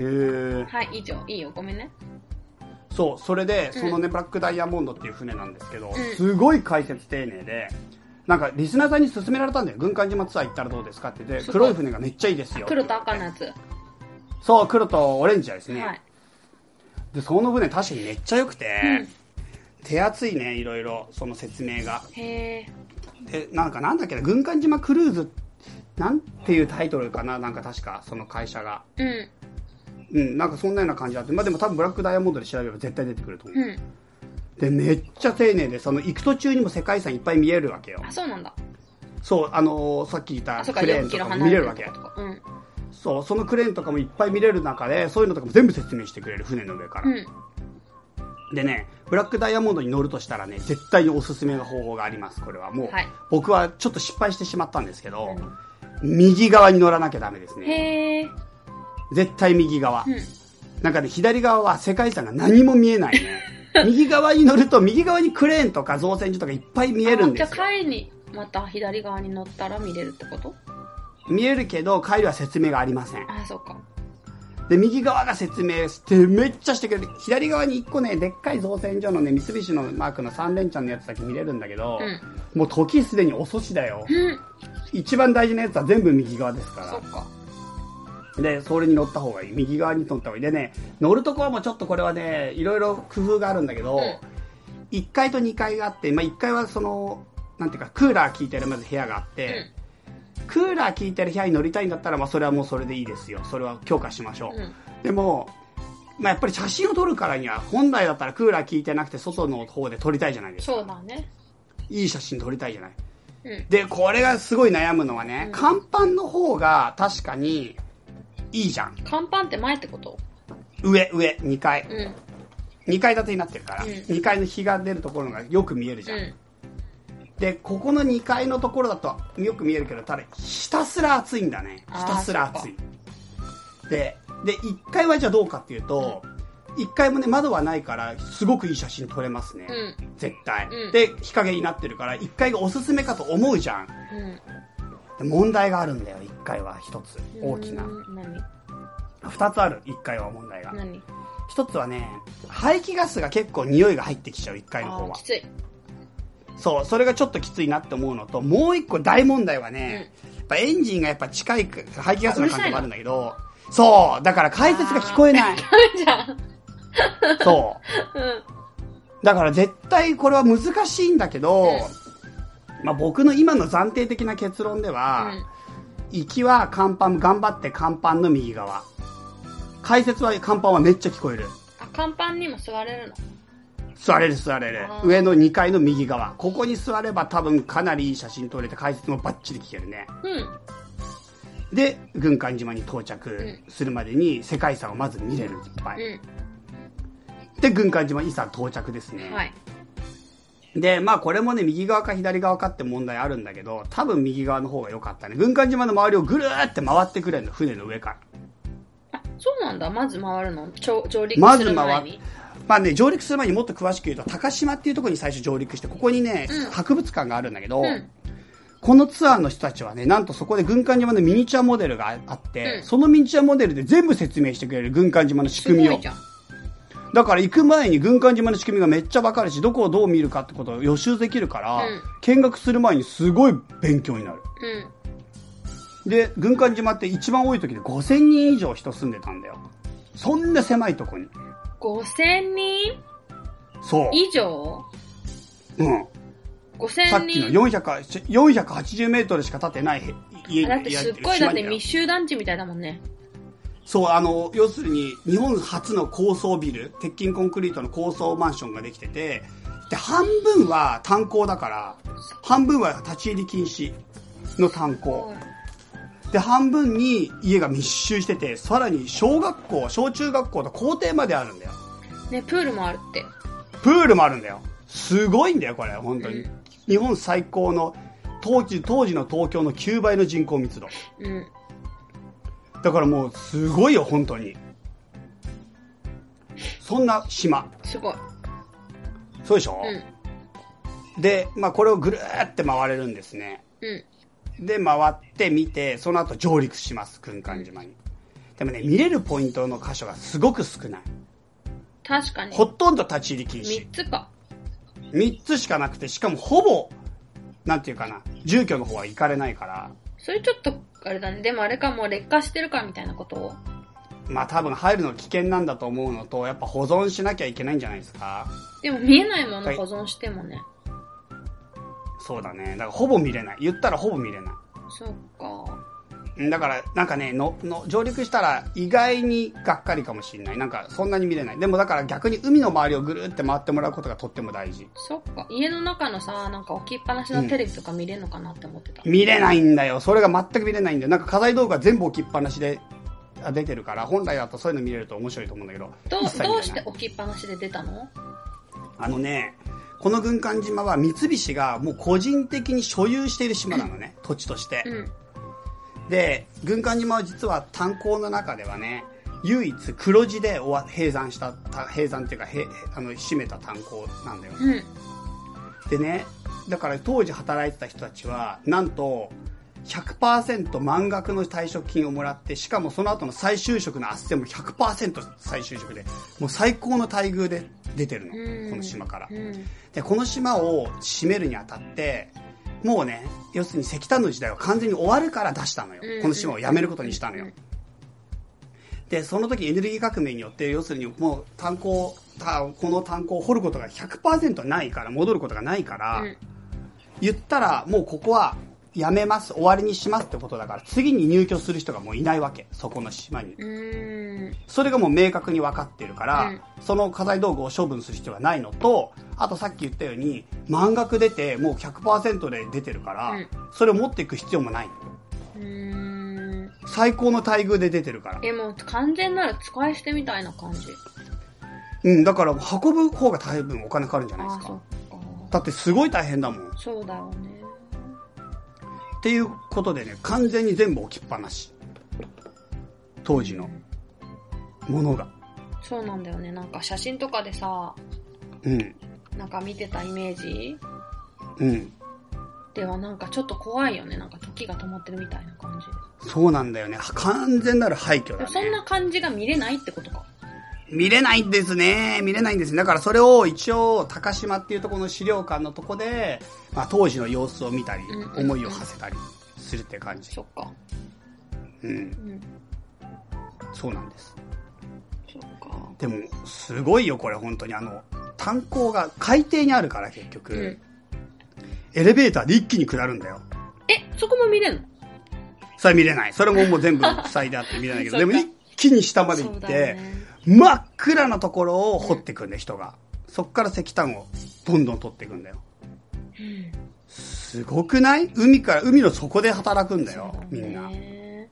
[SPEAKER 1] へえ
[SPEAKER 2] はい、以上。いいよ、ごめんね。
[SPEAKER 1] そうそれで
[SPEAKER 2] うん
[SPEAKER 1] そのね、ブラックダイヤモンドっていう船なんですけど、
[SPEAKER 2] ん
[SPEAKER 1] すごい解説丁寧でなんかリスナーさんに勧められたんだよ軍艦島ツアー行ったらどうですかって言って
[SPEAKER 2] すご
[SPEAKER 1] 黒
[SPEAKER 2] い
[SPEAKER 1] い船がめっちゃいいですよ
[SPEAKER 2] 黒と赤のやつ。は
[SPEAKER 1] そう黒とオレンジです
[SPEAKER 2] い。
[SPEAKER 1] ね、でその船確かにめっちゃ良くて、
[SPEAKER 2] うん
[SPEAKER 1] 手厚いねいろいろその説明が
[SPEAKER 2] へえ。
[SPEAKER 1] でなんかなんだっけな軍艦島クルーズなんていうタイトルかななんか確かその会社が
[SPEAKER 2] うん、
[SPEAKER 1] うん、なんかそんなような感じあって、まあでも多分ブラックダイヤモンドで調べれば絶対出てくると思う。
[SPEAKER 2] うん。
[SPEAKER 1] で、めっちゃ丁寧で、その行く途中にも世界遺産いっぱい見えるわけよ
[SPEAKER 2] あ、。そうなんだ。
[SPEAKER 1] そう、あのーさっき言った
[SPEAKER 2] あ、そうか、
[SPEAKER 1] クレー
[SPEAKER 2] 4
[SPEAKER 1] ン
[SPEAKER 2] キ
[SPEAKER 1] と
[SPEAKER 2] ロ
[SPEAKER 1] かも
[SPEAKER 2] 離
[SPEAKER 1] 見
[SPEAKER 2] れ
[SPEAKER 1] れ
[SPEAKER 2] て
[SPEAKER 1] る
[SPEAKER 2] る
[SPEAKER 1] わけ。
[SPEAKER 2] とこ。うん。
[SPEAKER 1] そう、そのクレーンとかもいっぱい見れる中で、そういうのとかも全部説明してくれる、船の上から。
[SPEAKER 2] うん。
[SPEAKER 1] でね、ブラックダイヤモンドに乗るとしたらね、絶対におすすめの方法があります、これは。もう、
[SPEAKER 2] はい
[SPEAKER 1] 僕はちょっと失敗してしまったんですけど、右側に乗らなきゃダメですね。
[SPEAKER 2] へえ。
[SPEAKER 1] 絶対右側。
[SPEAKER 2] うん。
[SPEAKER 1] なんかね、左側は世界遺産が何も見えない ね。右側に乗ると、右側にクレーンとか造船所とかいっぱい見えるんで
[SPEAKER 2] あ
[SPEAKER 1] す
[SPEAKER 2] じゃ
[SPEAKER 1] よ
[SPEAKER 2] あ。帰りにまた左側に乗ったら見れるってこと
[SPEAKER 1] 見えるけど、帰りは説明がありません。
[SPEAKER 2] あ、そうか。
[SPEAKER 1] で、右側が説明して、めっちゃしてくれて、左側に一個ね、でっかい造船所のね、三菱のマークの三連チャンのやつだけ見れるんだけど、もう時すでに遅しだよ。
[SPEAKER 2] うん。
[SPEAKER 1] 一番大事なやつは全部右側です
[SPEAKER 2] そ
[SPEAKER 1] か
[SPEAKER 2] うか。
[SPEAKER 1] ら。で、それに乗った方がいい。右側に乗った方がいい。でね、乗るとこはもうちょっとこれはね、いろいろ工夫があるんだけど、
[SPEAKER 2] うん
[SPEAKER 1] 1階と2階があって、まあ、1階はその、なんていうか、クーラー効いてるまず部屋があって、クーラー効いてる部屋に乗りたいんだったら、まあ、それはもうそれでいいですよ。それは強化しましょう。
[SPEAKER 2] うん。
[SPEAKER 1] でも、まあ、やっぱり写真を撮るからには、本来だったらクーラー効いてなくて、外の方で撮りたいじゃないですか。
[SPEAKER 2] そうだね。
[SPEAKER 1] いい写真撮りたいじゃない。
[SPEAKER 2] うん。
[SPEAKER 1] で、これがすごい悩むのはね、甲板の方が確かにいいじゃん。
[SPEAKER 2] 甲板って前ってこと
[SPEAKER 1] 上、上、2階
[SPEAKER 2] う。ん。
[SPEAKER 1] 2階建てになってるから、
[SPEAKER 2] うん
[SPEAKER 1] 2階の日が出るところがよく見えるじ
[SPEAKER 2] う
[SPEAKER 1] ゃん。
[SPEAKER 2] ん。
[SPEAKER 1] で、ここの2階のところだとよく見えるけど、ただ、ひたすら暑いんだね。
[SPEAKER 2] あー
[SPEAKER 1] ひたすら暑い。で、で、1階はじゃあどうかっていうと、1階もね、窓はないから、すごくいい写真撮れますね。
[SPEAKER 2] う
[SPEAKER 1] 絶対、
[SPEAKER 2] うん
[SPEAKER 1] で日陰になってるから1階がおすすめかと思うじゃん
[SPEAKER 2] ん。うん。
[SPEAKER 1] で問題があるんだよ1階は1つ大きな
[SPEAKER 2] うん何
[SPEAKER 1] 2つある1階は問題が
[SPEAKER 2] 何
[SPEAKER 1] 1つはね排気ガスが結構匂いが入ってきちゃう1階の
[SPEAKER 2] あ
[SPEAKER 1] 方
[SPEAKER 2] ー
[SPEAKER 1] は
[SPEAKER 2] きつい。
[SPEAKER 1] そうそれがちょっときついなって思うのともう1個大問題はね、やっぱエンジンがやっぱ近いく排気ガスの関係もあるんだけどそうだから解説が聞こえない
[SPEAKER 2] じゃん。
[SPEAKER 1] そう
[SPEAKER 2] うん。
[SPEAKER 1] だから絶対これは難しいんだけど、まあ、僕の今の暫定的な結論では、行きは甲板、頑張って甲板の右側。解説は甲板はめっちゃ聞こえる。
[SPEAKER 2] あ、甲板にも座れるの
[SPEAKER 1] 座れる座れる
[SPEAKER 2] あ。ー
[SPEAKER 1] 上の2階の右側。ここに座れば多分かなりいい写真撮れて解説もバッチリ聞けるね。
[SPEAKER 2] うん。
[SPEAKER 1] で、軍艦島に到着
[SPEAKER 2] う
[SPEAKER 1] するまでに世界遺産をまず見れるいっぱい。
[SPEAKER 2] う
[SPEAKER 1] で、軍艦島にさ到着ですね。
[SPEAKER 2] ん。はい。
[SPEAKER 1] で、まあこれもね、右側か左側かって問題あるんだけど、多分右側の方が良かったね。軍艦島の周りをぐるーって回ってくれるの、船の上から。
[SPEAKER 2] あ、そうなんだ。まず回るの上上陸
[SPEAKER 1] ますず
[SPEAKER 2] る前
[SPEAKER 1] 回
[SPEAKER 2] に
[SPEAKER 1] っ。まあね、上陸する前にもっと詳しく言うと、高島っていうところに最初上陸して、ここにね、
[SPEAKER 2] うん
[SPEAKER 1] 博物館があるんだけど、
[SPEAKER 2] うん
[SPEAKER 1] このツアーの人たちはね、なんとそこで軍艦島のミニチュアモデルがあって、
[SPEAKER 2] うん
[SPEAKER 1] そのミニチュアモデルで全部説明してくれる軍艦島の仕
[SPEAKER 2] す
[SPEAKER 1] 組み
[SPEAKER 2] ごい
[SPEAKER 1] を
[SPEAKER 2] じ。ゃん。
[SPEAKER 1] だから行く前に軍艦島の仕組みがめっちゃわかるし、どこをどう見るかってことを予習できるから、
[SPEAKER 2] うん
[SPEAKER 1] 見学する前にすごい勉強になる。
[SPEAKER 2] うん。
[SPEAKER 1] で、軍艦島って一番多い時で5000人以上人住んでたんだよ。そんな狭いとこに。
[SPEAKER 2] 5000人
[SPEAKER 1] そう。
[SPEAKER 2] 以上
[SPEAKER 1] うん。さ
[SPEAKER 2] ?5000
[SPEAKER 1] っきの
[SPEAKER 2] 人
[SPEAKER 1] 400か480メートルしか建てないへ家に
[SPEAKER 2] だってすっごいだって密集団地みたいだもんね。
[SPEAKER 1] そう、あの、要するに、日本初の高層ビル、鉄筋コンクリートの高層マンションができてて、で、半分は炭鉱だから、半分は立ち入り禁止の炭鉱。で、半分に家が密集してて、さらに小学校、小中学校の校庭まであるんだよ。
[SPEAKER 2] ね、プールもあるって。
[SPEAKER 1] プールもあるんだよ。すごいんだよ、これ、本当に。
[SPEAKER 2] うん
[SPEAKER 1] 日本最高の、当時、当時の東京の9倍の人口密度。
[SPEAKER 2] うん。
[SPEAKER 1] だからもう、すごいよ、本当に。そんな島。
[SPEAKER 2] すごい。
[SPEAKER 1] そうでしょ、
[SPEAKER 2] うん。
[SPEAKER 1] で、まあ、これをぐるーって回れるんですね。
[SPEAKER 2] うん。
[SPEAKER 1] で、回ってみて、その後上陸します、軍艦島に。でもね、見れるポイントの箇所がすごく少ない。
[SPEAKER 2] 確かに。
[SPEAKER 1] ほとんど立ち入り禁止
[SPEAKER 2] 3。つか。
[SPEAKER 1] 3つしかなくて、しかもほぼ、なんていうかな、住居の方は行かれないから、
[SPEAKER 2] それちょっと、あれだね。でもあれか、もう劣化してるかみたいなことを。
[SPEAKER 1] まあ多分入るの危険なんだと思うのと、やっぱ保存しなきゃいけないんじゃないですか
[SPEAKER 2] でも見えないも
[SPEAKER 1] は
[SPEAKER 2] の
[SPEAKER 1] い
[SPEAKER 2] 保存してもね。
[SPEAKER 1] そうだね。だからほぼ見れない。言ったらほぼ見れない。
[SPEAKER 2] そうか。
[SPEAKER 1] うんだから、なんかね、の、の、上陸したら意外にがっかりかもしれない。なんかそんなに見れない。でもだから逆に海の周りをぐるって回ってもらうことがとっても大事。
[SPEAKER 2] そっか。家の中のさ、なんか置きっぱなしのテレビとか見れるのかなって思ってた。
[SPEAKER 1] 見れないんだよ。それが全く見れないんだよ。なんか課題動画全部置きっぱなしであ出てるから、本来だとそういうの見れると面白いと思うんだけど。
[SPEAKER 2] ど
[SPEAKER 1] 一切
[SPEAKER 2] う、
[SPEAKER 1] 見れ
[SPEAKER 2] ど
[SPEAKER 1] な
[SPEAKER 2] う
[SPEAKER 1] い
[SPEAKER 2] して置きっぱなしで出たの
[SPEAKER 1] あのね、この軍艦島は三菱がもう個人的に所有している島なのね、土地として。
[SPEAKER 2] うん。
[SPEAKER 1] で、軍艦島は実は炭鉱の中ではね、唯一黒字で終わ閉山した、た閉山っていうか、へあの、閉めた炭鉱なんだよ。
[SPEAKER 2] うん。
[SPEAKER 1] でね、だから当時働いてた人たちは、なんと、100%満額の退職金をもらって、しかもその後の再就職の斡旋も100%再就職で、もう最高の待遇で出てる
[SPEAKER 2] うん
[SPEAKER 1] の。この島から
[SPEAKER 2] う。ん。
[SPEAKER 1] で、この島を閉めるにあたって、もうね、要するに石炭の時代は完全に終わるから出したのよ
[SPEAKER 2] うん。
[SPEAKER 1] この島を辞めることにしたのよ。で、その時エネルギー革命によって、要するにもう炭鉱、たこの炭鉱を掘ることが100%ないから、戻ることがないから、
[SPEAKER 2] うん
[SPEAKER 1] 言ったらもうここはやめます終わりにしますってことだから次に入居する人がもういないわけそこの島に
[SPEAKER 2] うん。
[SPEAKER 1] それがもう明確に分かってるから、
[SPEAKER 2] うん
[SPEAKER 1] その家財道具を処分する必要がないのとあとさっき言ったように満額出てもう100%で出てるから、
[SPEAKER 2] うん
[SPEAKER 1] それを持っていく必要もない
[SPEAKER 2] うん。
[SPEAKER 1] 最高の待遇で出てるから、
[SPEAKER 2] え、もう完全なる使い捨てみたいな感じ。
[SPEAKER 1] うん、だから運ぶ方が大分お金かかるんじゃないで
[SPEAKER 2] あ
[SPEAKER 1] す
[SPEAKER 2] あ、そ
[SPEAKER 1] か
[SPEAKER 2] っか。
[SPEAKER 1] だってすごい大変だもんっ
[SPEAKER 2] そうだよね。
[SPEAKER 1] ていうことでね完全に全部置きっぱなし当時のものが
[SPEAKER 2] そうなんだよね。なんか写真とかでさ、
[SPEAKER 1] うん
[SPEAKER 2] なんか見てたイメージ
[SPEAKER 1] うん
[SPEAKER 2] ではなんかちょっと怖いよね。なんか時が止まってるみたいな感じ
[SPEAKER 1] そうなんだよね。完全なる廃墟
[SPEAKER 2] で。で
[SPEAKER 1] だ
[SPEAKER 2] もそん
[SPEAKER 1] ね。
[SPEAKER 2] な感じが見れないってことか。
[SPEAKER 1] 見れないんですね。見れないんですね。だからそれを一応、高島っていうところの資料館のとこで、まあ当時の様子を見たり
[SPEAKER 2] うんうん、うん
[SPEAKER 1] 思いを馳せたりするって感じ
[SPEAKER 2] そ。っか。
[SPEAKER 1] うん
[SPEAKER 2] う。ん。
[SPEAKER 1] そうなんです。
[SPEAKER 2] そっか。
[SPEAKER 1] でも、すごいよ、これ本当に。あの、炭鉱が海底にあるから結局、
[SPEAKER 2] うん。
[SPEAKER 1] エレベーターで一気に下るんだよ。
[SPEAKER 2] え、そこも見れんの
[SPEAKER 1] それ見れない。それももう全部塞いであって見れないけど、 で
[SPEAKER 2] そうか
[SPEAKER 1] も一気に下まで行
[SPEAKER 2] そう
[SPEAKER 1] っ
[SPEAKER 2] だ
[SPEAKER 1] て、
[SPEAKER 2] よね。
[SPEAKER 1] 真っ暗なところを掘っていくんだよ、人が。そっから石炭をどんどん取っていくんだよ。
[SPEAKER 2] うん
[SPEAKER 1] すごくない海から、海の底で働くんだ
[SPEAKER 2] そう
[SPEAKER 1] よ
[SPEAKER 2] だ、
[SPEAKER 1] みんな。め
[SPEAKER 2] ね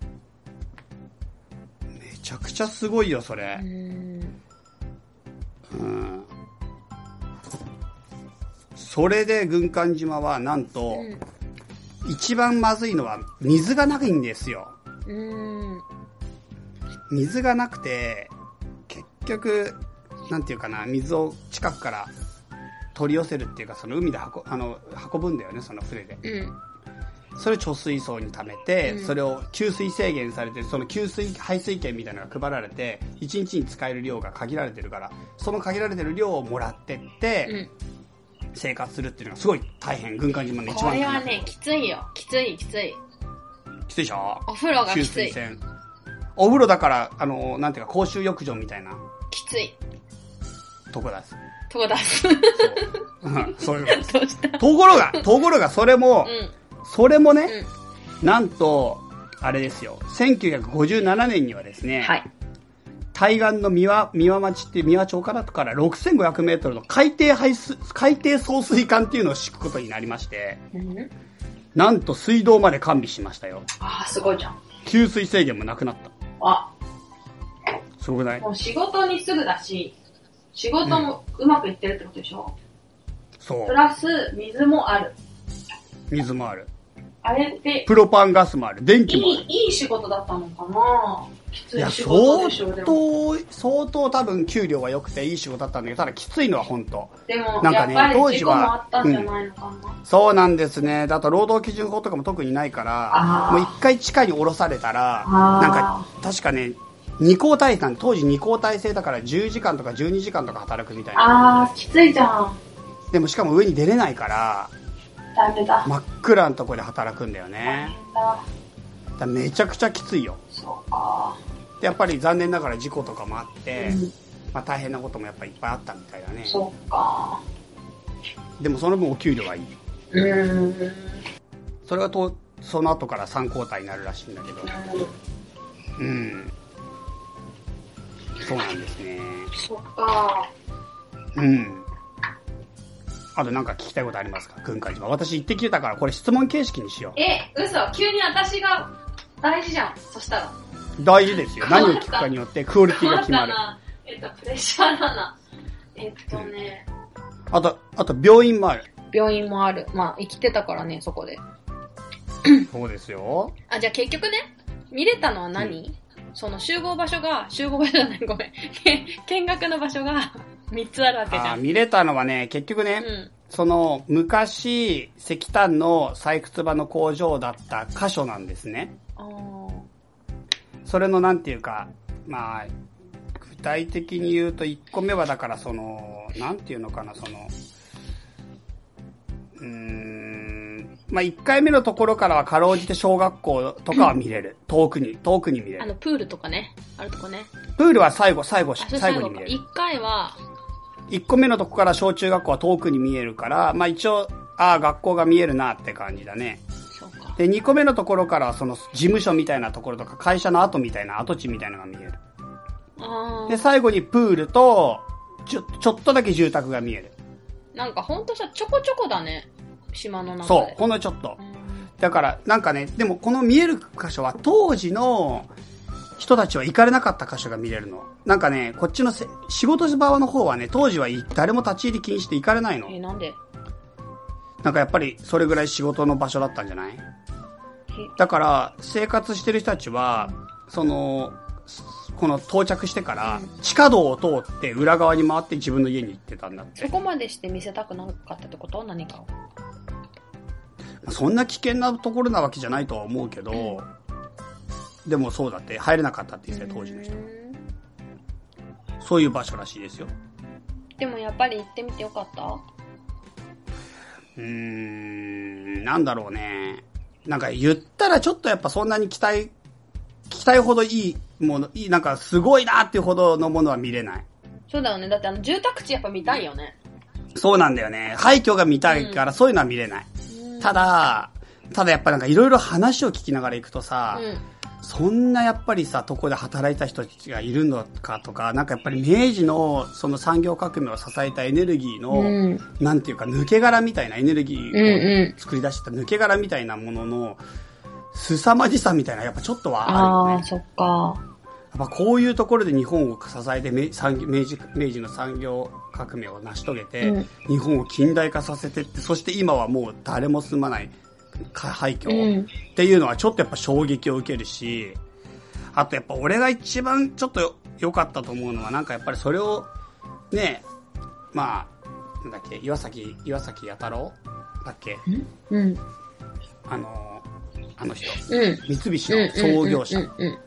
[SPEAKER 1] ちゃくちゃすごいよ、それ
[SPEAKER 2] う。ん。
[SPEAKER 1] うん。それで軍艦島は、なんと、一番まずいのは水がないんですよ。
[SPEAKER 2] うん。うん。
[SPEAKER 1] 水がなくて、結局、なんていうかな、水を近くから取り寄せるっていうか、その海で運あの運ぶんだよね、その船で。
[SPEAKER 2] うん。
[SPEAKER 1] それを貯水槽に溜めて、
[SPEAKER 2] うん
[SPEAKER 1] それを給水制限されてるその給水排水券みたいなのが配られて1日に使える量が限られてるからその限られてる量をもらってって、生活するっていうのがすごい大変軍艦島の一
[SPEAKER 2] こ
[SPEAKER 1] 番大
[SPEAKER 2] れ
[SPEAKER 1] 変
[SPEAKER 2] は
[SPEAKER 1] な
[SPEAKER 2] ね、きついよ。きつい、きつい。
[SPEAKER 1] きついでしょ
[SPEAKER 2] お風呂が
[SPEAKER 1] 給
[SPEAKER 2] きつ
[SPEAKER 1] 水
[SPEAKER 2] い。
[SPEAKER 1] 船お風呂だからあのなんていうか公衆浴場みたいな
[SPEAKER 2] きつい。
[SPEAKER 1] とこだす
[SPEAKER 2] とこ出す。
[SPEAKER 1] そううんそういうことです
[SPEAKER 2] どうした
[SPEAKER 1] ところがところがそれも、
[SPEAKER 2] う
[SPEAKER 1] それもね、
[SPEAKER 2] ん。う
[SPEAKER 1] なんとあれですよ1957年にはですね、
[SPEAKER 2] ん。はい。
[SPEAKER 1] 対岸の三輪三輪町っていう三輪町からから6500メートルの海底排水、海底送水管っていうのを敷くことになりまして、
[SPEAKER 2] うん、
[SPEAKER 1] なんと水道まで完備しましたよ。
[SPEAKER 2] ああ、すごいじゃん。
[SPEAKER 1] 給水制限もなくなった。
[SPEAKER 2] あ、
[SPEAKER 1] すごくない
[SPEAKER 2] もう仕事にすぐだし、仕事もうまくいってるってことでしょ、
[SPEAKER 1] そ
[SPEAKER 2] プラス、水もある。
[SPEAKER 1] う。水もある。
[SPEAKER 2] あれって、
[SPEAKER 1] プロパンガスもある。電
[SPEAKER 2] い
[SPEAKER 1] 気もあ
[SPEAKER 2] い
[SPEAKER 1] る。、
[SPEAKER 2] いい仕事だったのかなき
[SPEAKER 1] い
[SPEAKER 2] つい
[SPEAKER 1] や、
[SPEAKER 2] 仕
[SPEAKER 1] 相
[SPEAKER 2] 事でしょ、でも。
[SPEAKER 1] 当、相当多分給料は良くていい仕事だったんだけど、ただきついのは本当。
[SPEAKER 2] でも、
[SPEAKER 1] なんかね
[SPEAKER 2] やっぱ
[SPEAKER 1] 当時
[SPEAKER 2] り事故
[SPEAKER 1] は
[SPEAKER 2] もあったんじゃないのかな、
[SPEAKER 1] そうなんですね。だと労働基準法とかも特にないから、
[SPEAKER 2] あー
[SPEAKER 1] もう一回地下に下ろされたら、
[SPEAKER 2] あー
[SPEAKER 1] なんか、確かね、二交代間、当時二交代制だから10時間とか12時間とか働くみたいな。
[SPEAKER 2] ああ、きついじゃん。
[SPEAKER 1] でもしかも上に出れないから、
[SPEAKER 2] ダメだ。
[SPEAKER 1] 真っ暗なとこで働くんだよ
[SPEAKER 2] 大
[SPEAKER 1] ね。
[SPEAKER 2] 変だ。
[SPEAKER 1] だからめちゃくちゃきついよ。
[SPEAKER 2] そうか。
[SPEAKER 1] で、やっぱり残念ながら事故とかもあって、
[SPEAKER 2] うん
[SPEAKER 1] まあ大変なこともやっぱりいっぱいあったみたいだね。
[SPEAKER 2] そうか。
[SPEAKER 1] でもその分お給料はいい。
[SPEAKER 2] うーん。
[SPEAKER 1] それがと、その後から3交代になるらしいんだけど。うん。そうなんですね。
[SPEAKER 2] そうか。
[SPEAKER 1] うん。あとなんか聞きたいことありますか軍艦島。私行ってきてたから、これ質問形式にしよ
[SPEAKER 2] え、嘘。急に私が大事じゃん。そしたら。
[SPEAKER 1] う。大事ですよ。何を聞くかによってクオリティが決まる。
[SPEAKER 2] な。えっと、プレッシャーだな。えっとね、
[SPEAKER 1] あと、あと病院もある。
[SPEAKER 2] 病院もある。まあ、生きてたからね、そこで。
[SPEAKER 1] そうですよ。
[SPEAKER 2] あ、じゃあ結局ね、見れたのは何、その集合場所が、集合場所じゃない、ごめん。け見学の場所が 3つあるわけじ
[SPEAKER 1] あ
[SPEAKER 2] ゃ
[SPEAKER 1] ー
[SPEAKER 2] ん。
[SPEAKER 1] 見れたのはね、結局ね、
[SPEAKER 2] うん。
[SPEAKER 1] その昔石炭の採掘場の工場だった箇所なんですね。
[SPEAKER 2] あー
[SPEAKER 1] それのなんていうか、まあ、具体的に言うと1個目はだからその、なんていうのかな、その、うーん、まあ1回目のところからはかろうじて小学校とかは見 れる。遠くに、遠くに見れ
[SPEAKER 2] あ
[SPEAKER 1] る。
[SPEAKER 2] の、プールとかね。あるとこね。
[SPEAKER 1] プールは最後、最後、
[SPEAKER 2] あ、それ
[SPEAKER 1] 最
[SPEAKER 2] 最
[SPEAKER 1] 後に見
[SPEAKER 2] 後か。
[SPEAKER 1] れる。
[SPEAKER 2] 1回は、
[SPEAKER 1] 1個目のとこから小中学校は遠くに見えるから、まあ一応、ああ、学校が見えるなって感じだね。
[SPEAKER 2] そうか。
[SPEAKER 1] で、2個目のところからはその事務所みたいなところとか会社の跡みたいな跡地みたいなのが見える。
[SPEAKER 2] あ
[SPEAKER 1] で、
[SPEAKER 2] ー
[SPEAKER 1] 最後にプールと、ちょ、ちょっとだけ住宅が見える。
[SPEAKER 2] なんかほんとさ、ちょこちょこだね。島の中で。
[SPEAKER 1] そう、ほんのちょっと。だから、なんかね、でもこの見える箇所は当時の人たちは行かれなかった箇所が見れるの。なんかね、こっちのせ仕事場の方はね、当時はい誰も立ち入り禁止で行かれないの
[SPEAKER 2] え。ーなんで
[SPEAKER 1] なんかやっぱりそれぐらい仕事の場所だったんじゃないだから、生活してる人たちは、その、この到着してから、地下道を通って裏側に回って自分の家に行ってたんだって
[SPEAKER 2] そ。こまでして見せたくなかったってこと何かを。
[SPEAKER 1] そんな危険なところなわけじゃないとは思うけど、でもそうだって入れなかったって言ってたよ当時の人
[SPEAKER 2] うーん
[SPEAKER 1] そういう場所らしいですよ
[SPEAKER 2] でもやっぱり行ってみてよかった
[SPEAKER 1] うーんなんだろうねなんか言ったらちょっとやっぱそんなに期待期待ほどいいものいいなんかすごいなっていうほどのものは見れない
[SPEAKER 2] そうだよね。だってあの住宅地やっぱ見たいよね。
[SPEAKER 1] そうなんだよね廃墟が見たいからそういうのは見れない、ただただやっぱなんかいろいろ話を聞きながら行くとさ、
[SPEAKER 2] う
[SPEAKER 1] そんなやっぱりさ、とこで働いた人たちがいるのかとか、なんかやっぱり明治のその産業革命を支えたエネルギーの、
[SPEAKER 2] ん。うん。
[SPEAKER 1] なんていうか抜け殻みたいなエネルギ
[SPEAKER 2] うん
[SPEAKER 1] ー
[SPEAKER 2] う
[SPEAKER 1] を作り出してた抜け殻みたいなものの、凄まじさみたいな、やっぱちょっとはあるよ
[SPEAKER 2] ああ、
[SPEAKER 1] ね。
[SPEAKER 2] そっか。
[SPEAKER 1] やっぱこういうところで日本を支えて明産明治、明治の産業革命を成し遂げて、
[SPEAKER 2] うん
[SPEAKER 1] 日本を近代化させてって、そして今はもう誰も住まないか廃墟、
[SPEAKER 2] うん
[SPEAKER 1] っていうのはちょっとやっぱ衝撃を受けるし、あとやっぱ俺が一番ちょっとよ良かったと思うのはなんかやっぱりそれをね、まあ、なんだっけ、岩崎、岩崎弥太郎だっけ
[SPEAKER 2] うん。
[SPEAKER 1] あの、あの人。
[SPEAKER 2] うん。
[SPEAKER 1] 三菱の創業者
[SPEAKER 2] う。んうん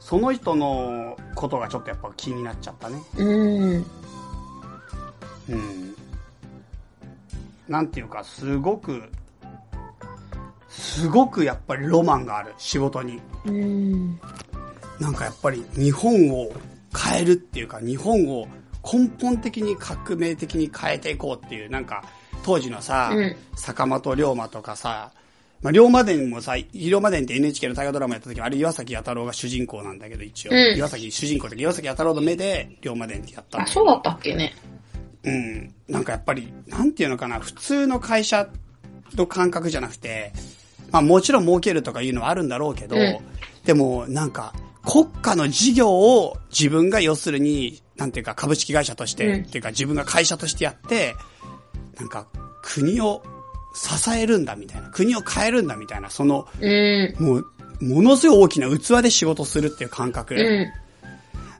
[SPEAKER 1] その人のことがちょっとやっぱ気になっちゃったね。
[SPEAKER 2] うん。うん。
[SPEAKER 1] うん。なんていうか、すごく、すごくやっぱりロマンがある、仕事に。
[SPEAKER 2] うん。
[SPEAKER 1] なんかやっぱり日本を変えるっていうか、日本を根本的に革命的に変えていこうっていう、なんか当時のさ、
[SPEAKER 2] うん
[SPEAKER 1] 坂本龍馬とかさ、まあ、龍馬伝もさ、龍馬伝って NHK の大河ドラマやった時は、あれ岩崎弥太郎が主人公なんだけど、一応。
[SPEAKER 2] うん
[SPEAKER 1] 岩崎、主人公で岩崎弥太郎の目で龍馬伝ってやったん
[SPEAKER 2] あ、
[SPEAKER 1] だけ
[SPEAKER 2] そ
[SPEAKER 1] ど
[SPEAKER 2] うだったっけね。
[SPEAKER 1] うん。なんかやっぱり、なんていうのかな、普通の会社の感覚じゃなくて、まあもちろん儲けるとかいうのはあるんだろうけど、
[SPEAKER 2] うん
[SPEAKER 1] でもなんか、国家の事業を自分が要するに、なんていうか株式会社として、
[SPEAKER 2] うん
[SPEAKER 1] っていうか自分が会社としてやって、なんか国を支えるんだみたいな、国を変えるんだみたいな、その、
[SPEAKER 2] うん。
[SPEAKER 1] もう、ものすごい大きな器で仕事するっていう感覚。
[SPEAKER 2] う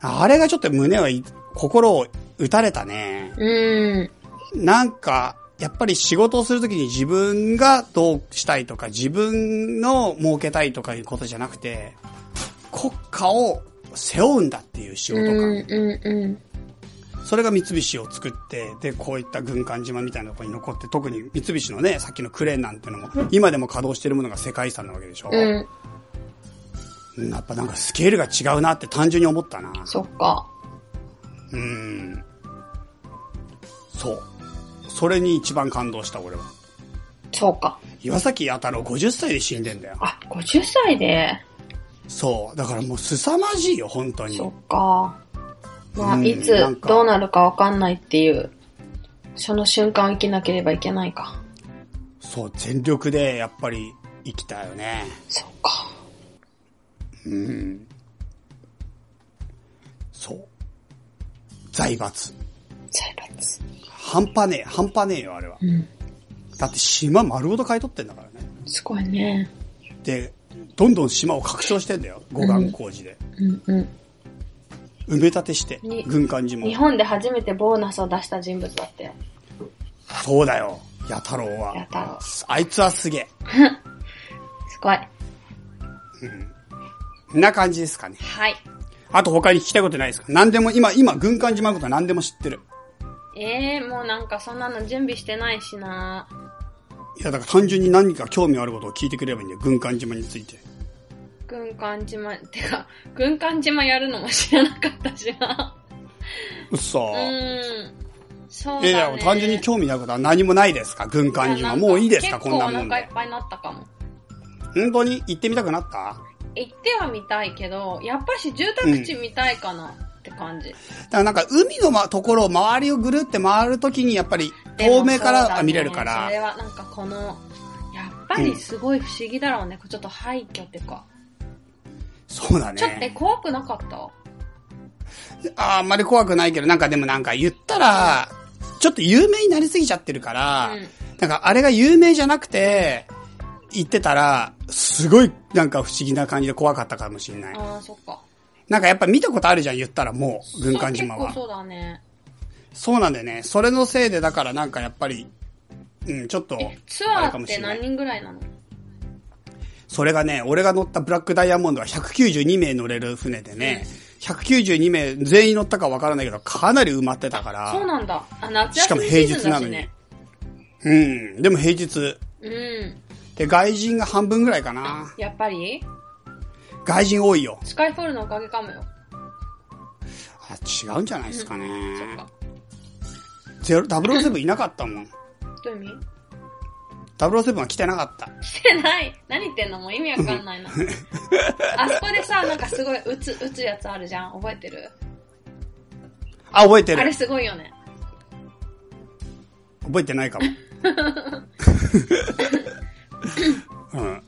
[SPEAKER 1] あれがちょっと胸をい、心を打たれたね。
[SPEAKER 2] ん。う
[SPEAKER 1] なんか、やっぱり仕事をするときに自分がどうしたいとか、自分の儲けたいとかいうことじゃなくて、国家を背負うんだっていう仕
[SPEAKER 2] ん。う
[SPEAKER 1] 事
[SPEAKER 2] ん
[SPEAKER 1] 感。。
[SPEAKER 2] うん。うん。
[SPEAKER 1] それが三菱を作って、で、こういった軍艦島みたいなところに残って、特に三菱のね、さっきのクレーンなんてのも、今でも稼働してるものが世界遺産なわけでしょ。
[SPEAKER 2] うん。
[SPEAKER 1] うんやっぱなんかスケールが違うなって単純に思ったな。
[SPEAKER 2] そっか。
[SPEAKER 1] うん。そう。それに一番感動した俺は。
[SPEAKER 2] そうか。
[SPEAKER 1] 岩崎弥太郎50歳で死んでんだよ。
[SPEAKER 2] あ、50歳で。
[SPEAKER 1] そう。だからもう凄まじいよ、本当に
[SPEAKER 2] そ。っか。ま
[SPEAKER 1] う
[SPEAKER 2] あ、
[SPEAKER 1] ん
[SPEAKER 2] い
[SPEAKER 1] なん
[SPEAKER 2] つ
[SPEAKER 1] か
[SPEAKER 2] どうなるかわかんないっていう、その瞬間を生きなければいけないか。
[SPEAKER 1] そう、全力でやっぱり生きたよね。
[SPEAKER 2] そっか。
[SPEAKER 1] そう。財閥。
[SPEAKER 2] 財閥。
[SPEAKER 1] 半端ねえ、半端ねえよ、あれは
[SPEAKER 2] う。ん。
[SPEAKER 1] だって島丸ごと買い取ってんだからね。
[SPEAKER 2] すごいね。
[SPEAKER 1] で、どんどん島を拡張してんだよ、護岸工事で。
[SPEAKER 2] うんうん。
[SPEAKER 1] 埋め立てして
[SPEAKER 2] に、
[SPEAKER 1] 軍艦島を
[SPEAKER 2] 日。本で初めてボーナスを出した人物だったよ。
[SPEAKER 1] そうだよ、弥太郎
[SPEAKER 2] や
[SPEAKER 1] は。
[SPEAKER 2] たろ。
[SPEAKER 1] あいつはすげえ。
[SPEAKER 2] すごい。
[SPEAKER 1] んな感じですかね。
[SPEAKER 2] はい。
[SPEAKER 1] あと他に聞きたいことないですか何でも、今、今、軍艦島のこと何でも知ってる。
[SPEAKER 2] えー、もうなんかそんなの準備してないしない
[SPEAKER 1] や、だから単純に何か興味あることを聞いてくれればいいんだよ、軍艦島について。
[SPEAKER 2] 軍艦島、 てか、軍艦島やるのも知らなかったしな。
[SPEAKER 1] うっそう
[SPEAKER 2] ーん。そうだ、
[SPEAKER 1] え
[SPEAKER 2] ね。
[SPEAKER 1] いや、単純に興味のあることは何もないですか軍艦
[SPEAKER 2] い
[SPEAKER 1] 島。
[SPEAKER 2] やなんか
[SPEAKER 1] もういいですかこんなも
[SPEAKER 2] 結構
[SPEAKER 1] ん
[SPEAKER 2] お腹いっ
[SPEAKER 1] で。
[SPEAKER 2] ぱいになったかも。
[SPEAKER 1] 本当に行ってみたくなった
[SPEAKER 2] 行ってはみたいけど、やっぱし住宅地見たいかなって感じ。
[SPEAKER 1] だからなんか海の、ま、ところを周りをぐるって回るときにやっぱり
[SPEAKER 2] でも
[SPEAKER 1] 透明か
[SPEAKER 2] そう
[SPEAKER 1] ら
[SPEAKER 2] だ
[SPEAKER 1] は
[SPEAKER 2] ね
[SPEAKER 1] 見れるか
[SPEAKER 2] それ
[SPEAKER 1] ら、
[SPEAKER 2] はなんかこの、やっぱりすごい不思議だろうね。ちょっと廃墟っていうか。
[SPEAKER 1] そうだ
[SPEAKER 2] ちょっとえ
[SPEAKER 1] ね。
[SPEAKER 2] 怖くなかった
[SPEAKER 1] ああんまり怖くないけど、なんかでもなんか言ったら、ちょっと有名になりすぎちゃってるから、
[SPEAKER 2] うん
[SPEAKER 1] なんかあれが有名じゃなくて、行ってたら、すごいなんか不思議な感じで怖かったかもしれない。
[SPEAKER 2] ああ、そっか。
[SPEAKER 1] なんかやっぱ見たことあるじゃん、言ったらもう、軍艦島
[SPEAKER 2] そう
[SPEAKER 1] は
[SPEAKER 2] 結。構そうだね。
[SPEAKER 1] そうなんだよね。それのせいで、だからなんかやっぱり、うん、ちょっと、
[SPEAKER 2] ツ
[SPEAKER 1] あ
[SPEAKER 2] ア
[SPEAKER 1] れか
[SPEAKER 2] ーっ
[SPEAKER 1] も
[SPEAKER 2] て
[SPEAKER 1] しれな
[SPEAKER 2] 何
[SPEAKER 1] い。
[SPEAKER 2] 人ぐらいなの
[SPEAKER 1] それがね、俺が乗ったブラックダイヤモンドは192名乗れる船でね、192名全員乗ったかわからないけど、かなり埋まってたか
[SPEAKER 2] そう
[SPEAKER 1] ら、
[SPEAKER 2] なんだ。あ、夏
[SPEAKER 1] しか
[SPEAKER 2] 休
[SPEAKER 1] も
[SPEAKER 2] みシ
[SPEAKER 1] 平
[SPEAKER 2] ーズ
[SPEAKER 1] 日
[SPEAKER 2] ンだ
[SPEAKER 1] な
[SPEAKER 2] し
[SPEAKER 1] のに
[SPEAKER 2] ね。。
[SPEAKER 1] うん、でも平日。
[SPEAKER 2] うん。
[SPEAKER 1] で、外人が半分ぐらいかな。
[SPEAKER 2] やっぱり
[SPEAKER 1] 外人多いよ。
[SPEAKER 2] スカイフォールのおかげかもよ。
[SPEAKER 1] あ、違うんじゃないですかね。
[SPEAKER 2] そっか。
[SPEAKER 1] ゼロ、007いなかったもん。
[SPEAKER 2] どういう意味
[SPEAKER 1] 007は来てなかった。
[SPEAKER 2] 来てない。何言ってんのもう意味わかんな いな。あそこでさ、なんかすごい打つ、打つやつあるじゃん。覚えてる
[SPEAKER 1] あ、覚えて
[SPEAKER 2] あれ
[SPEAKER 1] る。
[SPEAKER 2] すごいよね。
[SPEAKER 1] 覚えてないかも。うん。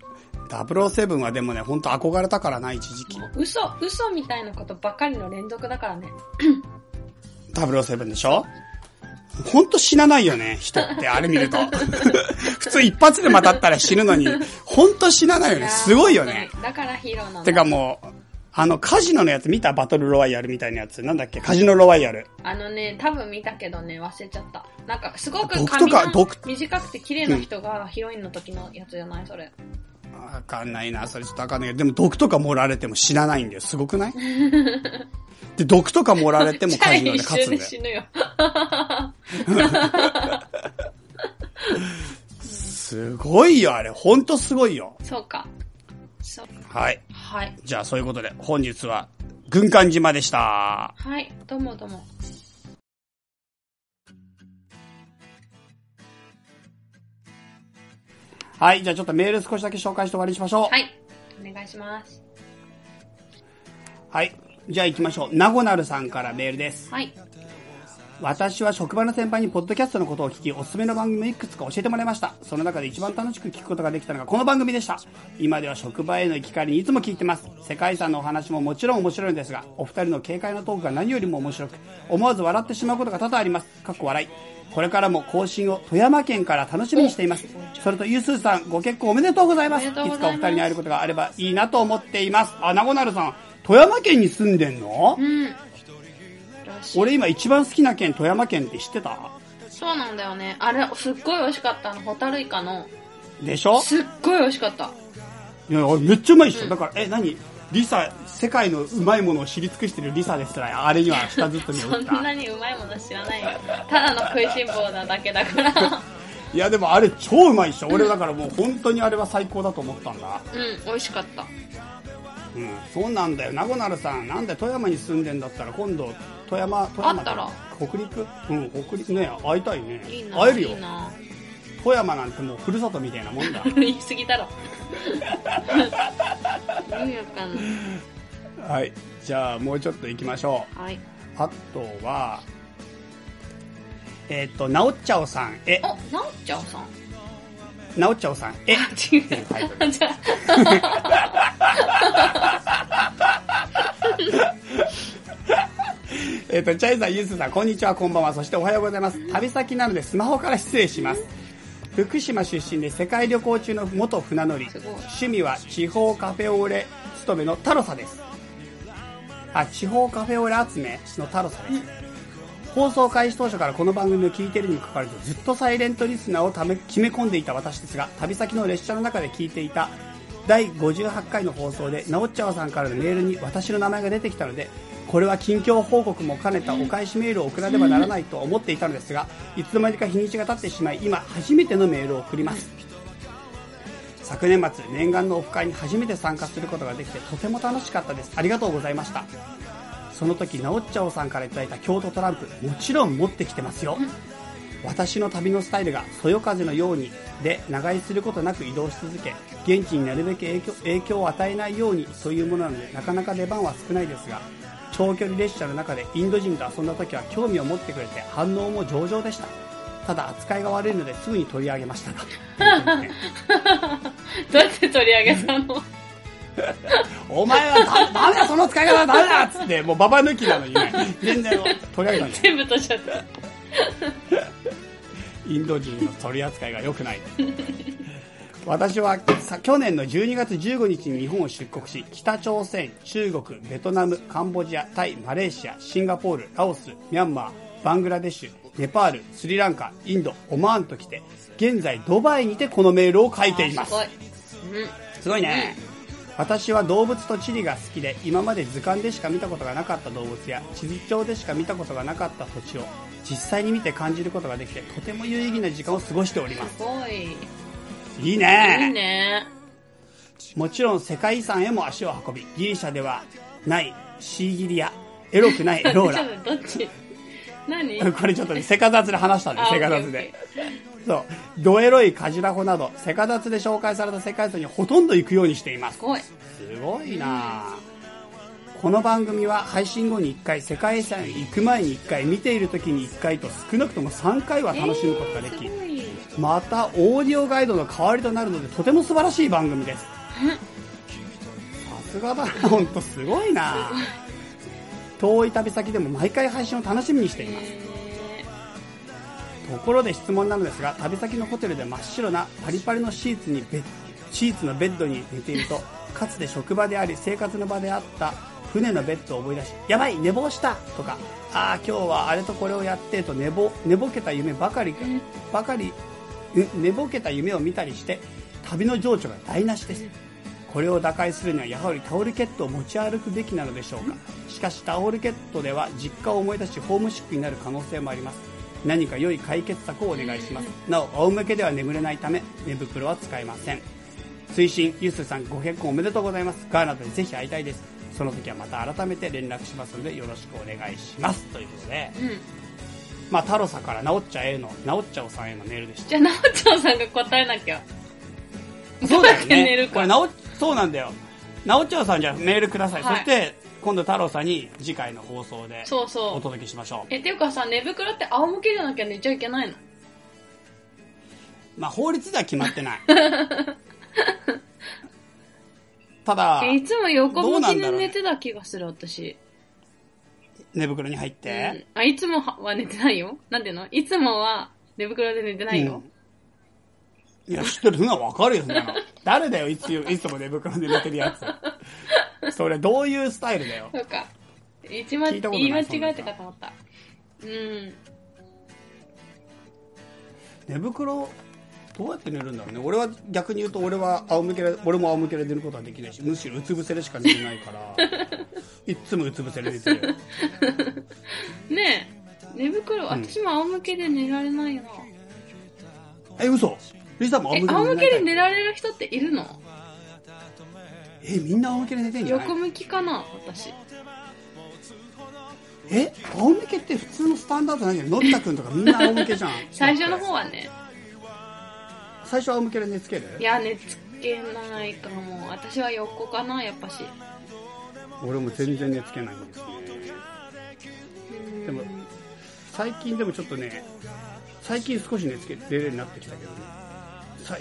[SPEAKER 1] 007はでもね、ほんと憧れたからな、一時期
[SPEAKER 2] も。う嘘、嘘みたいなことばかりの連続だからね。
[SPEAKER 1] 007でしょほんと死なないよね、人って、あれ見ると。普通一発でまたったら死ぬのに、ほんと死なないよね、すごいよね
[SPEAKER 2] 本。当に。だからヒーローなの。
[SPEAKER 1] てかもう、あの、カジノのやつ見たバトルロワイヤルみたいなやつ。なんだっけカジノロワイヤル。
[SPEAKER 2] あのね、多分見たけどね、忘れちゃった。なんか、すごく
[SPEAKER 1] 僕と
[SPEAKER 2] 髪
[SPEAKER 1] か
[SPEAKER 2] が
[SPEAKER 1] 僕
[SPEAKER 2] 短くて綺麗な人がヒロインの時のやつじゃないそれ。
[SPEAKER 1] わかんないな、それちょっとわかんないけど、でも毒とか盛られても死なないんだよ。すごくないで、毒とか盛られてもカジノで
[SPEAKER 2] じゃあ
[SPEAKER 1] 勝
[SPEAKER 2] 一
[SPEAKER 1] つ
[SPEAKER 2] 瞬
[SPEAKER 1] ん
[SPEAKER 2] で
[SPEAKER 1] だよ。
[SPEAKER 2] 死ぬよ。
[SPEAKER 1] すごいよ、あれ。ほんとすごいよ。
[SPEAKER 2] そうか。そう。
[SPEAKER 1] はい。
[SPEAKER 2] はい。
[SPEAKER 1] じゃあ、そういうことで、本日は、軍艦島でした。
[SPEAKER 2] はい。どうもどうも。
[SPEAKER 1] はい。じゃあ、ちょっとメール少しだけ紹介して終わりにしましょう。は。
[SPEAKER 2] はいい。お願いします。
[SPEAKER 1] じゃあ、行きましょう。なごなるさんからメールです。
[SPEAKER 2] はい。
[SPEAKER 1] 私は職場の先輩にポッドキャストのことを聞き、おすすめの番組をいくつか教えてもらいました。その中で一番楽しく聞くことができたのがこの番組でした。今では職場への行き帰りにいつも聞いてます。世界遺産のお話ももちろん面白いのですが、お二人の軽快なトークが何よりも面白く、思わず笑ってしまうことが多々あります。かっこ笑い。これからも更新を富山県から楽しみにしています。それと、ゆうすーさん、ご結婚おめでとうございます。い
[SPEAKER 2] おめでとうござ
[SPEAKER 1] つ
[SPEAKER 2] い
[SPEAKER 1] かお
[SPEAKER 2] ます
[SPEAKER 1] 二人に会えることがあればいいなと思っています。あ、なごなるさん、富山県に住んでんの
[SPEAKER 2] うん。らしい
[SPEAKER 1] 俺今一番好きな県、富山県って知ってた
[SPEAKER 2] そうなんだよね。あれ、すっごい美味しかった。あの、ホタルイカの。
[SPEAKER 1] でしょ
[SPEAKER 2] すっごい美味しかった。
[SPEAKER 1] いや、めっちゃうまいっしょ。だから、え、何リサ、世界のうまいものを知り尽くしてるリサですら、あれには下ずっと見
[SPEAKER 2] そ
[SPEAKER 1] 打っ
[SPEAKER 2] ん
[SPEAKER 1] た。
[SPEAKER 2] なにうまいもの知ら ないよ。ただの食いしん坊なだけだから。
[SPEAKER 1] いや、でもあれ超うまいっしょ。俺だからもう本当にあれは最高だと思ったんだ。
[SPEAKER 2] うん、美味しかった。
[SPEAKER 1] うん、そうなんだよ。なごなるさん、なんで富山に住んでんだったら、今度、富山、富山だ
[SPEAKER 2] 会
[SPEAKER 1] 北陸うん、北陸ね、会いたいね。
[SPEAKER 2] いいな。
[SPEAKER 1] 会えるよ
[SPEAKER 2] いいな。
[SPEAKER 1] 富山なんてもうふるさとみたいなもんだ。
[SPEAKER 2] 言い過ぎ だろ。意味わかんない。
[SPEAKER 1] はい。じゃあ、もうちょっと行きましょう。
[SPEAKER 2] はい。
[SPEAKER 1] あとは、えっ、と、なおっちゃおさんへ
[SPEAKER 2] お、、なおちゃんさん。
[SPEAKER 1] なおっちゃおさんへ、
[SPEAKER 2] 違う。 じゃ
[SPEAKER 1] えっと、チャイさん、ゆずさん、こんにちは、こんばんは、そしておはようございます。旅先なのでスマホから失礼します。福島出身で世界旅行中の元船乗り
[SPEAKER 2] すごい。
[SPEAKER 1] 趣味は地方カフェオレ勤めのタロサです。あ、地方カフェオレ集めのタロサです。放送開始当初からこの番組を聞いているにもかかわらずずっとサイレントリスナーをため決め込んでいた私ですが旅先の列車の中で聞いていた第58回の放送で直ちゃわさんからのメールに私の名前が出てきたのでこれは近況報告も兼ねたお返しメールを送らねばならないと思っていたのですがいつの間にか日にちが経ってしまい今初めてのメールを送ります昨年末念願のオフ会に初めて参加することができてとても楽しかったですありがとうございましたその時なおっちゃおさんからいただいた京都トランプもちろん持ってきてますよ私の旅のスタイルが「そよ風のように」で長居することなく移動し続け現地になるべく影響影響を与えないようにというものなのでなかなか出番は少ないですが長距離列車の中でインド人と遊んだ時は興味を持ってくれて反応も上々でしたただ扱いが悪いのですぐに取り上げましたが
[SPEAKER 2] どうやって取り上げたの
[SPEAKER 1] お前はだダメだその使い方はダメだっつってもうババ抜きなのにね全然取り上げたんだよ
[SPEAKER 2] 全部取っちゃった。
[SPEAKER 1] インド人の取り扱いが良くない私はさ去年の12月15日に日本を出国し北朝鮮中国ベトナムカンボジアタイマレーシアシンガポールラオスミャンマーバングラデシュネパールスリランカインドオマーンと来て現在ドバイにてこのメールを書いています
[SPEAKER 2] ごい。うん。
[SPEAKER 1] すごいね私は動物と地理が好きで今まで図鑑でしか見たことがなかった動物や地図帳でしか見たことがなかった土地を実際に見て感じることができてとても有意義な時間を過ごしております
[SPEAKER 2] すごい。い
[SPEAKER 1] いい
[SPEAKER 2] い
[SPEAKER 1] ね
[SPEAKER 2] ね。
[SPEAKER 1] もちろん世界遺産へも足を運びギリシャではないシーギリアエロくないエロー
[SPEAKER 2] ちょっ
[SPEAKER 1] ラ
[SPEAKER 2] とどっち何
[SPEAKER 1] これちょっとねせかざつで話したんで
[SPEAKER 2] あ
[SPEAKER 1] せかざつ
[SPEAKER 2] オッケ
[SPEAKER 1] でそうドエロいカジラホなどせかざつで紹介された世界遺産にほとんど行くようにしています
[SPEAKER 2] すごい。
[SPEAKER 1] すごいなあこの番組は配信後に1回世界遺産へ行く前に1回見ている時に1回と少なくとも3回は楽しむことができ、
[SPEAKER 2] えーすごい
[SPEAKER 1] またオーディオガイドの代わりとなるのでとても素晴らしい番組ですさすがだな本当すごいな遠い旅先でも毎回配信を楽しみにしています
[SPEAKER 2] え
[SPEAKER 1] ところで質問なのですが旅先のホテルで真っ白なパリパリのシーツにベッシーツのベッドに寝ていると かつて職場であり生活の場であった船のベッドを思い出し「やばい寝坊した!」とか「ああ今日はあれとこれをやって」と寝ぼ寝ぼけた夢ばかりがばかりん寝ぼけた夢を見たりして旅の情緒が台無しですこれを打開するにはやはりタオルケットを持ち歩くべきなのでしょうかしかしタオルケットでは実家を思い出しホームシックになる可能性もあります何か良い解決策をお願いしますなお仰向けでは眠れないため寝袋は使えません推進ゆすさんご結婚おめでとうございますガーナでぜひ会いたいですその時はまた改めて連絡しますのでよろしくお願いしますということで、
[SPEAKER 2] ーうん。
[SPEAKER 1] まあ、太郎さんから直っちゃえの直っちゃおさんへのメールでした
[SPEAKER 2] じゃあ、なおちゃんさんが答えなきゃ。
[SPEAKER 1] そうだよ
[SPEAKER 2] どうやって寝
[SPEAKER 1] ね
[SPEAKER 2] る。か
[SPEAKER 1] これなお、そうなんだよ。なおちゃんさんじゃあメールください。
[SPEAKER 2] はい
[SPEAKER 1] そして、今度太郎さんに次回の放送で
[SPEAKER 2] そうそう
[SPEAKER 1] お届けしましょう。
[SPEAKER 2] え、っていうかさ、寝袋って仰向けじゃなきゃ寝ちゃいけないの
[SPEAKER 1] まあ、法律では決ま ってない。ただ、
[SPEAKER 2] え、いつも横
[SPEAKER 1] どう
[SPEAKER 2] 向
[SPEAKER 1] な
[SPEAKER 2] き
[SPEAKER 1] んだ
[SPEAKER 2] で
[SPEAKER 1] ろうね
[SPEAKER 2] 寝てた気がする、私。
[SPEAKER 1] 寝袋に入っ
[SPEAKER 2] う
[SPEAKER 1] て
[SPEAKER 2] ん、、あ、いつもは寝てないよ。なんていうのいつもは寝袋で寝てないよ。
[SPEAKER 1] うんいや、知ってる。そんなのわかるよ、そんなの。誰だよ、いつ、いつも寝袋で寝てるやつ。それ、どういうスタイルだよ。
[SPEAKER 2] そうか。一番
[SPEAKER 1] 聞いたことない
[SPEAKER 2] 言い間違えてたと思った。うん。
[SPEAKER 1] 寝袋どうやって寝るんだろうね俺は逆に言うと俺は仰向けで俺も仰向けで寝ることはできないしむしろうつ伏せでしか寝れないから いっつもうつ伏せで寝てるよ
[SPEAKER 2] ねえ、寝袋、私も仰向けで寝られないな。
[SPEAKER 1] え嘘リサも
[SPEAKER 2] え
[SPEAKER 1] 仰、向けで
[SPEAKER 2] 仰向
[SPEAKER 1] 寝
[SPEAKER 2] け
[SPEAKER 1] れ
[SPEAKER 2] で
[SPEAKER 1] ない
[SPEAKER 2] 寝られる人っているの
[SPEAKER 1] えみんな仰向けで寝てんじゃない
[SPEAKER 2] 横向きかな私。
[SPEAKER 1] え仰向けって普通のスタンダードなんじゃないのび太くんとかみんな仰向けじゃん
[SPEAKER 2] 最初の方はね、
[SPEAKER 1] 最初仰向けで寝つける
[SPEAKER 2] いや、寝つけないかも。私は横かな、やっぱし。
[SPEAKER 1] 俺も全然寝つけないんですね
[SPEAKER 2] うん
[SPEAKER 1] でも最近でもちょっとね最近少し寝つけ寝れるようになってきたけど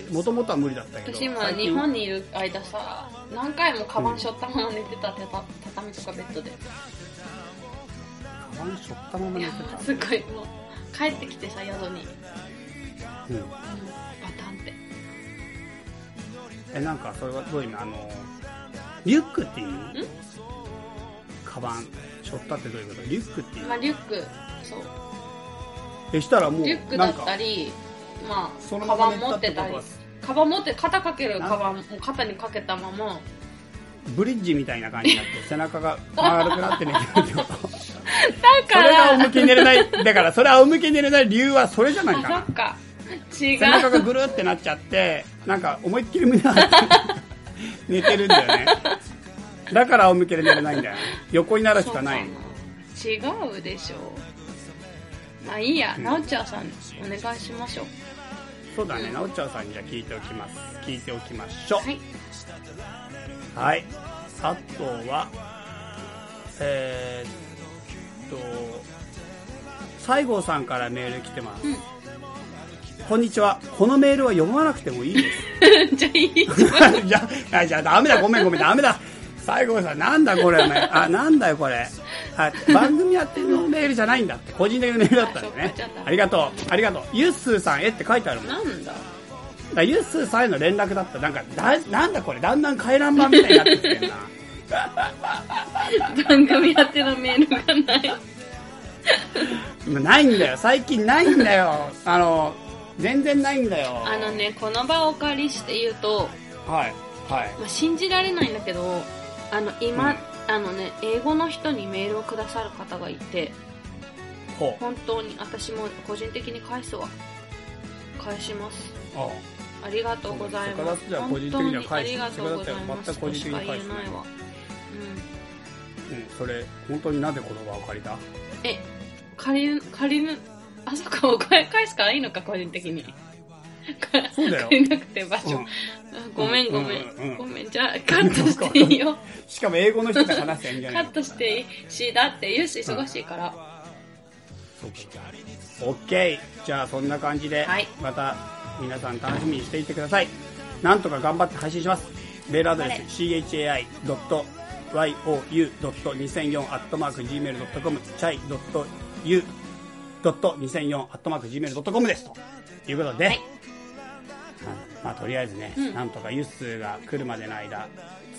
[SPEAKER 1] ねもともとは無理だったけど
[SPEAKER 2] 私今
[SPEAKER 1] 最近
[SPEAKER 2] 日本にいる間さ何回もカバンしょったまま寝てたてた畳とかベッドで
[SPEAKER 1] パンしょったまま
[SPEAKER 2] い
[SPEAKER 1] 寝
[SPEAKER 2] や
[SPEAKER 1] て
[SPEAKER 2] もう
[SPEAKER 1] た
[SPEAKER 2] すごいもう帰ってきてさ宿に、うん、
[SPEAKER 1] うん
[SPEAKER 2] バタンって
[SPEAKER 1] えなんかそれはどういう意味あのリュックっていうんカバンしょったってどういうことリュックっていう
[SPEAKER 2] まあリュックそう
[SPEAKER 1] えしたらも
[SPEAKER 2] リュッ
[SPEAKER 1] う
[SPEAKER 2] ク
[SPEAKER 1] な
[SPEAKER 2] だ
[SPEAKER 1] ん
[SPEAKER 2] っ
[SPEAKER 1] か
[SPEAKER 2] たりま
[SPEAKER 1] そ
[SPEAKER 2] あ
[SPEAKER 1] の
[SPEAKER 2] カ
[SPEAKER 1] ま
[SPEAKER 2] バ
[SPEAKER 1] ま
[SPEAKER 2] ン
[SPEAKER 1] 寝
[SPEAKER 2] 持
[SPEAKER 1] たっ
[SPEAKER 2] って
[SPEAKER 1] こと
[SPEAKER 2] てた
[SPEAKER 1] は
[SPEAKER 2] りカバン持って肩かける
[SPEAKER 1] なん
[SPEAKER 2] カバンもう肩にかけたまま
[SPEAKER 1] ブリッジみたいな感じにな って背中が丸くなって寝てるってこと
[SPEAKER 2] だ
[SPEAKER 1] そ
[SPEAKER 2] か
[SPEAKER 1] れが
[SPEAKER 2] ら
[SPEAKER 1] 仰向けに寝れないだからそれ仰向けに寝れない理由はそれじゃないか
[SPEAKER 2] あ
[SPEAKER 1] な
[SPEAKER 2] そっか
[SPEAKER 1] 背
[SPEAKER 2] 違
[SPEAKER 1] 中
[SPEAKER 2] う
[SPEAKER 1] がぐるってなっちゃってなんか思いっきり胸張って寝てるんだよねだから仰向けで寝れないんだよね横になるしかない
[SPEAKER 2] そうかな違うでしょまあいいや、
[SPEAKER 1] うん
[SPEAKER 2] なおちゃんさんお願いしましょう
[SPEAKER 1] そうだねなおちゃんさんにじゃあ聞いておきます聞いておきましょう
[SPEAKER 2] はい
[SPEAKER 1] はい、あとはえーっと西郷さんからメール来てます、
[SPEAKER 2] うん
[SPEAKER 1] こんにちはこのメールは読まなくてもいいです
[SPEAKER 2] じゃあいいじゃん
[SPEAKER 1] じゃあじゃあダメだごめんごめんダメだ西郷さんなんだこれお前あなんだよこれあ番組宛てのメールじゃないんだって個人的なメールだったんだ
[SPEAKER 2] あそ
[SPEAKER 1] ね
[SPEAKER 2] っかじゃあダメ
[SPEAKER 1] ありがとうありがとうゆっすーさんへって書いてあるもん
[SPEAKER 2] なんだ
[SPEAKER 1] だからユッスーさんへの連絡だったなんかだなんだこれだんだん回覧板みたいになってき てるな
[SPEAKER 2] 番組宛てのメールがない
[SPEAKER 1] もうないんだよ最近ないんだよあの全然ないんだよ
[SPEAKER 2] あのねこの場をお借りして言うと、
[SPEAKER 1] はいはい
[SPEAKER 2] まあ、信じられないんだけどあの今、
[SPEAKER 1] うん
[SPEAKER 2] あのね英語の人にメールをくださる方がいて
[SPEAKER 1] ほう
[SPEAKER 2] 本当に私も個人的に返すわ返します
[SPEAKER 1] あ
[SPEAKER 2] ありがとうござい
[SPEAKER 1] そうだ
[SPEAKER 2] ま
[SPEAKER 1] そ
[SPEAKER 2] す
[SPEAKER 1] こだってじゃあ
[SPEAKER 2] 本当
[SPEAKER 1] 個人的
[SPEAKER 2] に
[SPEAKER 1] には
[SPEAKER 2] あ
[SPEAKER 1] 返し
[SPEAKER 2] りがとうございます
[SPEAKER 1] そこだ
[SPEAKER 2] と
[SPEAKER 1] って
[SPEAKER 2] し
[SPEAKER 1] 全く個人的に
[SPEAKER 2] か言え
[SPEAKER 1] 返すね
[SPEAKER 2] ないわ、
[SPEAKER 1] うんそれ本当になぜ言葉を借りた
[SPEAKER 2] うん、え借りる借りるあそっかお返返すからいいのか個人的に
[SPEAKER 1] そうだよ
[SPEAKER 2] 借りなくて場所、
[SPEAKER 1] うん
[SPEAKER 2] ごめんごめん、
[SPEAKER 1] うんうん
[SPEAKER 2] ごめんじゃあカットしていいよ
[SPEAKER 1] しかも英語の人と話せんじゃ
[SPEAKER 2] カ
[SPEAKER 1] ない
[SPEAKER 2] ットしていいしだってユース忙しいから、
[SPEAKER 1] オッケーじゃあそんな感じで、
[SPEAKER 2] はい
[SPEAKER 1] また皆さん楽しみにしていてくださいなんとか頑張って配信しますメールアドレス chai.you.2004.gmail.com chai.u.2004.gmail.com ですということで、
[SPEAKER 2] はい
[SPEAKER 1] うんまあとりあえずね、
[SPEAKER 2] うん
[SPEAKER 1] なんとかユッスーが来るまでの間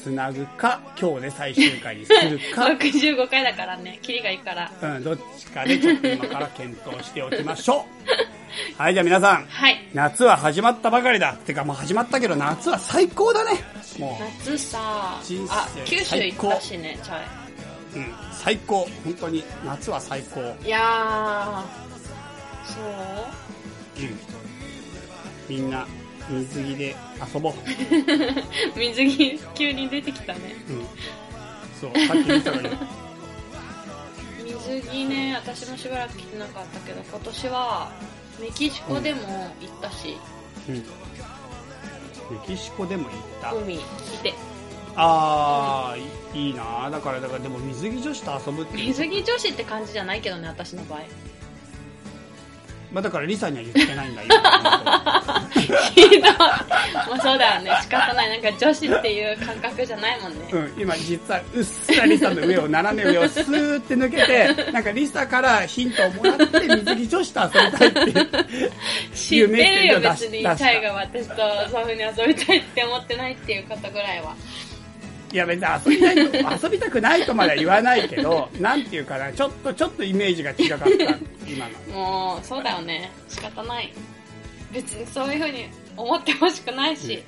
[SPEAKER 1] つなぐか今日で最終回にする か
[SPEAKER 2] 65回だからねキリがいいから
[SPEAKER 1] うん、どっちかでちょっと今から検討しておきましょう はいじゃあ皆さん
[SPEAKER 2] はい
[SPEAKER 1] 夏は始まったばかりだてかもう始まったけど夏は最高だねも
[SPEAKER 2] 夏さ
[SPEAKER 1] 人生
[SPEAKER 2] あ九州行ったしねチャ
[SPEAKER 1] う、うん、最高本当に夏は最高、うん、
[SPEAKER 2] イいやーそう
[SPEAKER 1] みんな水着で遊ぼう、
[SPEAKER 2] 水着 急に出てきたね
[SPEAKER 1] うん、そうさっき言ったのに
[SPEAKER 2] 水着ね私もしばらく着てなかったけど今年はメキシコでも行ったし、
[SPEAKER 1] うんメキシコでも行った、
[SPEAKER 2] 海来て
[SPEAKER 1] ああいいいなだからだからでも水着女子と遊ぶって いう
[SPEAKER 2] 水着女子って感じじゃないけどね私の場合
[SPEAKER 1] まあ、だからリサには言ってないんだ今
[SPEAKER 2] ひ どいまあそうだよね仕方ないなんか女子っていう感覚じゃないもんね
[SPEAKER 1] うん、今実はうっすらリサの上を斜め上をスーって抜けてなんかリサからヒントをもらって水着女子と遊びたいっていう
[SPEAKER 2] 知ってるよ
[SPEAKER 1] 有名店を出
[SPEAKER 2] 別
[SPEAKER 1] し
[SPEAKER 2] にチ
[SPEAKER 1] 出した
[SPEAKER 2] ャイが私とそういうふうに遊びたいって思ってないっていう方ぐらいはい
[SPEAKER 1] や別に遊びたいと遊びたくないとまでは言わないけどなんていうかなちょっとちょっとイメージが違かった今の
[SPEAKER 2] もうそうだよね仕方ない別にそういうふうに思ってほしくないし、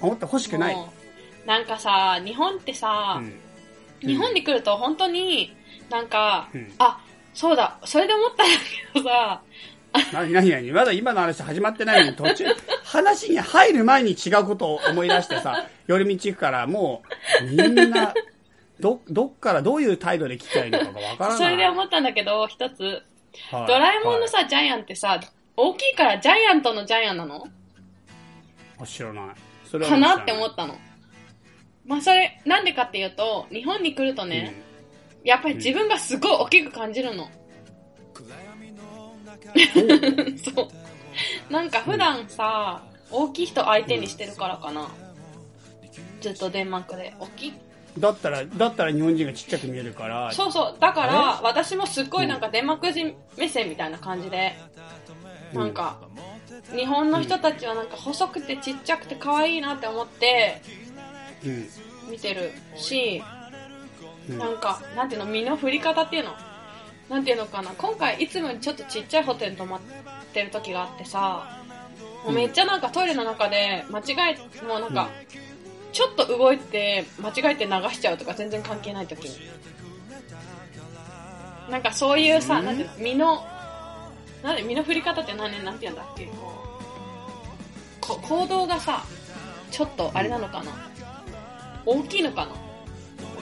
[SPEAKER 1] 思ってほしくない、
[SPEAKER 2] もうなんかさ日本って
[SPEAKER 1] う
[SPEAKER 2] さ、
[SPEAKER 1] ん、
[SPEAKER 2] 日本に来ると本当になんか、
[SPEAKER 1] うん
[SPEAKER 2] あそうだそれで思ったんだけどさ
[SPEAKER 1] なになになにまだ今の話始まってないのに途中話に入る前に違うことを思い出してさ寄り道行くからもうみんなどどっからどういう態度で聞きたいのかがわからない
[SPEAKER 2] それで思ったんだけど一つ
[SPEAKER 1] はい
[SPEAKER 2] ドラえもんのさ、ジャイアンってさ大きいからジャイアントのジャイアンなの
[SPEAKER 1] あ知らないそれは
[SPEAKER 2] かなって思
[SPEAKER 1] 知
[SPEAKER 2] ったの。まあそれ、なんでかっていうと、日本に来ると
[SPEAKER 1] らない
[SPEAKER 2] ね、やっぱり自分がすごい大きく感じるの。そう。なんか普段さ、大きい人相手にしてるからかな。ずっとデンマークで。大きい
[SPEAKER 1] だったらだったら日本人がちっちゃく見えるから
[SPEAKER 2] そうそうだから私もすっごいなんかデマくじ目線みたいな感じでなんか日本の人たちはなんか細くてちっちゃくて可愛いなって思って
[SPEAKER 1] うん
[SPEAKER 2] 見てるし、
[SPEAKER 1] うん
[SPEAKER 2] なんかなんていうの身の振り方っていうのなんていうのかな今回いつもよりちょっとちっちゃいホテルに泊まってる時があってさもうめっちゃなんかトイレの中で間違えもうなんか、ちょっと動いて間違えて流しちゃうとか全然関係ない時になんかそういうさ、なんていうの身のなんで身の振り方って何なんていうんだっけこうこ行動がさちょっとあれなのかな、大きいのかなわ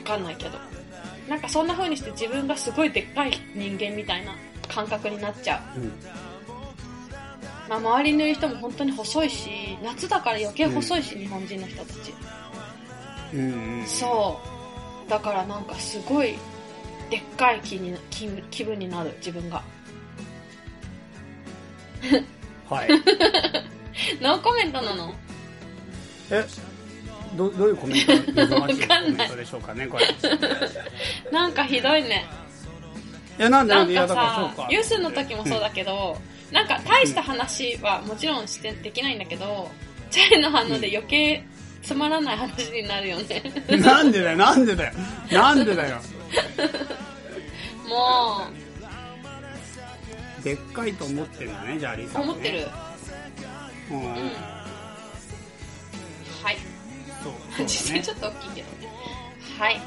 [SPEAKER 2] かんないけどなんかそんな風にして自分がすごいでっかい人間みたいな感覚になっちゃう、
[SPEAKER 1] うん
[SPEAKER 2] まあ、周りにいる人も本当に細いし夏だから余計細いし、日本人の人たち
[SPEAKER 1] うんうん
[SPEAKER 2] そうだからなんかすごいでっかい気に気気分になる自分が
[SPEAKER 1] はい
[SPEAKER 2] ノーコメントなの
[SPEAKER 1] えどどういうコメントが望ましいコ
[SPEAKER 2] わかんない
[SPEAKER 1] メントでしょうかね これい
[SPEAKER 2] なんかひどいね
[SPEAKER 1] やなんで
[SPEAKER 2] な
[SPEAKER 1] なん
[SPEAKER 2] ん
[SPEAKER 1] でいや
[SPEAKER 2] か
[SPEAKER 1] だからそう
[SPEAKER 2] さ
[SPEAKER 1] か、
[SPEAKER 2] ユースの時もそうだけど、なんか大した話はもちろんしてできないんだけど、チャイの反応で余計つまらない話になるよね。
[SPEAKER 1] なんでだよなんでだよなんでだよ
[SPEAKER 2] も
[SPEAKER 1] でっかいと思ってるんだねじゃあリ
[SPEAKER 2] う、
[SPEAKER 1] サ、ね、
[SPEAKER 2] 思ってる。
[SPEAKER 1] うん
[SPEAKER 2] うん。はい。
[SPEAKER 1] そうそう
[SPEAKER 2] 実
[SPEAKER 1] だ
[SPEAKER 2] 際
[SPEAKER 1] ね
[SPEAKER 2] ちょっと大きいけどね。はい。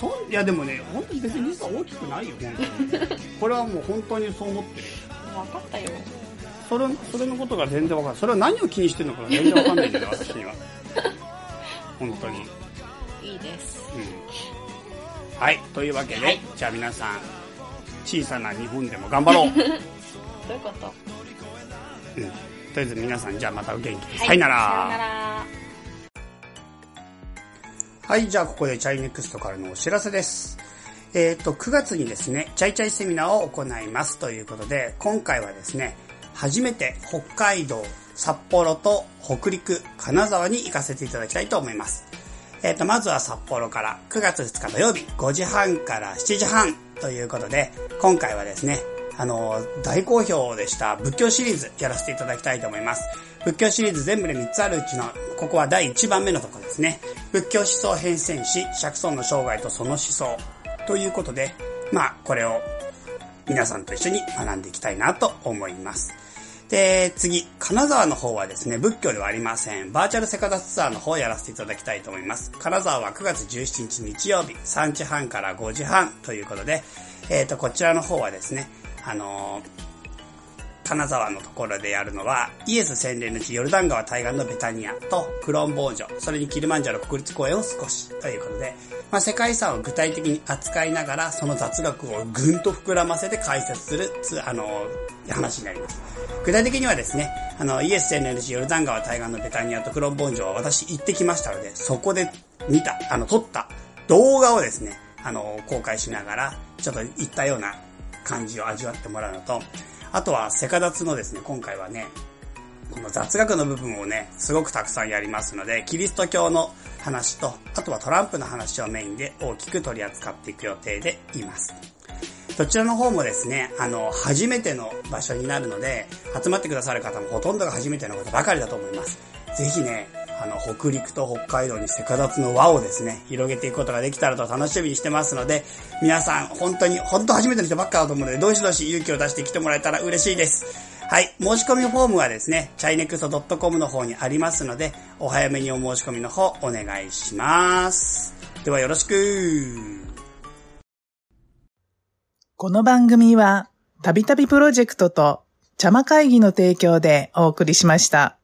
[SPEAKER 1] そういやでもね本当に別にリサ大きくないよ本当に これはもう本当にそう思ってるよ
[SPEAKER 2] 分かったよ。
[SPEAKER 1] それそれのことが全然わかんないそれは何を気にしてるのかが全然わかんないん だよ私には本当に、うん、
[SPEAKER 2] いいです。
[SPEAKER 1] はいというわけで、
[SPEAKER 2] はい
[SPEAKER 1] じゃあ皆さん小さな日本でも頑 張ろう、うん、とり
[SPEAKER 2] どういうこと
[SPEAKER 1] あえず皆さんじゃあまたお元気で、
[SPEAKER 2] はい
[SPEAKER 1] さよなら
[SPEAKER 2] さよなら。
[SPEAKER 1] はい、じゃあここでチャイネクストからのお知らせです。えっ、と、9月にですね、チャイチャイセミナーを行いますということで、今回はですね、初めて北海道、札幌と北陸、金沢に行かせていただきたいと思います。えっ、と、まずは札幌から9月2日土曜日5時半から7時半ということで、今回はですね、あの、大好評でした仏教シリーズやらせていただきたいと思います。仏教シリーズ全部で3つあるうちの、ここは第1番目のところですね。仏教思想変遷史、釈尊の生涯とその思想ということで、まあ、これを皆さんと一緒に学んでいきたいなと思います。で、次、金沢の方はですね、仏教ではありません。バーチャルセカダツアーの方をやらせていただきたいと思います。金沢は9月17日日曜日、3時半から5時半ということで、えっ、と、こちらの方はですね、あのー金沢のところでやるのは、イエス洗礼の日、ヨルダン川対岸のベタニアとクローンボージョ、それにキルマンジャロ国立公園を少しということで、まあ、世界遺産を具体的に扱いながら、その雑学をぐんと膨らませて解説するつ、あの、話になります。具体的にはですね、あの、イエス洗礼の日、ヨルダン川対岸のベタニアとクローンボージョは私行ってきましたので、そこで見た、あの、撮った動画をですね、あの、公開しながら、ちょっと行ったような感じを味わってもらうのと、あとは、セカダツのですね、今回はね、この雑学の部分をね、すごくたくさんやりますので、キリスト教の話と、あとはトランプの話をメインで大きく取り扱っていく予定でいます。どちらの方もですね、あの、初めての場所になるので、集まってくださる方もほとんどが初めてのことばかりだと思います。ぜひね、あの、北陸と北海道にセカダツの輪をですね、広げていくことができたらと楽しみにしてますので、皆さん、本当に、本当初めての人ばっかだと思うので、どしどし勇気を出して来てもらえたら嬉しいです。はい。申し込みフォームはですね、chinext.com の方にありますので、お早めにお申し込みの方、お願いします。ではよろしく。
[SPEAKER 5] この番組は、たびたびプロジェクトと、茶間会議の提供でお送りしました。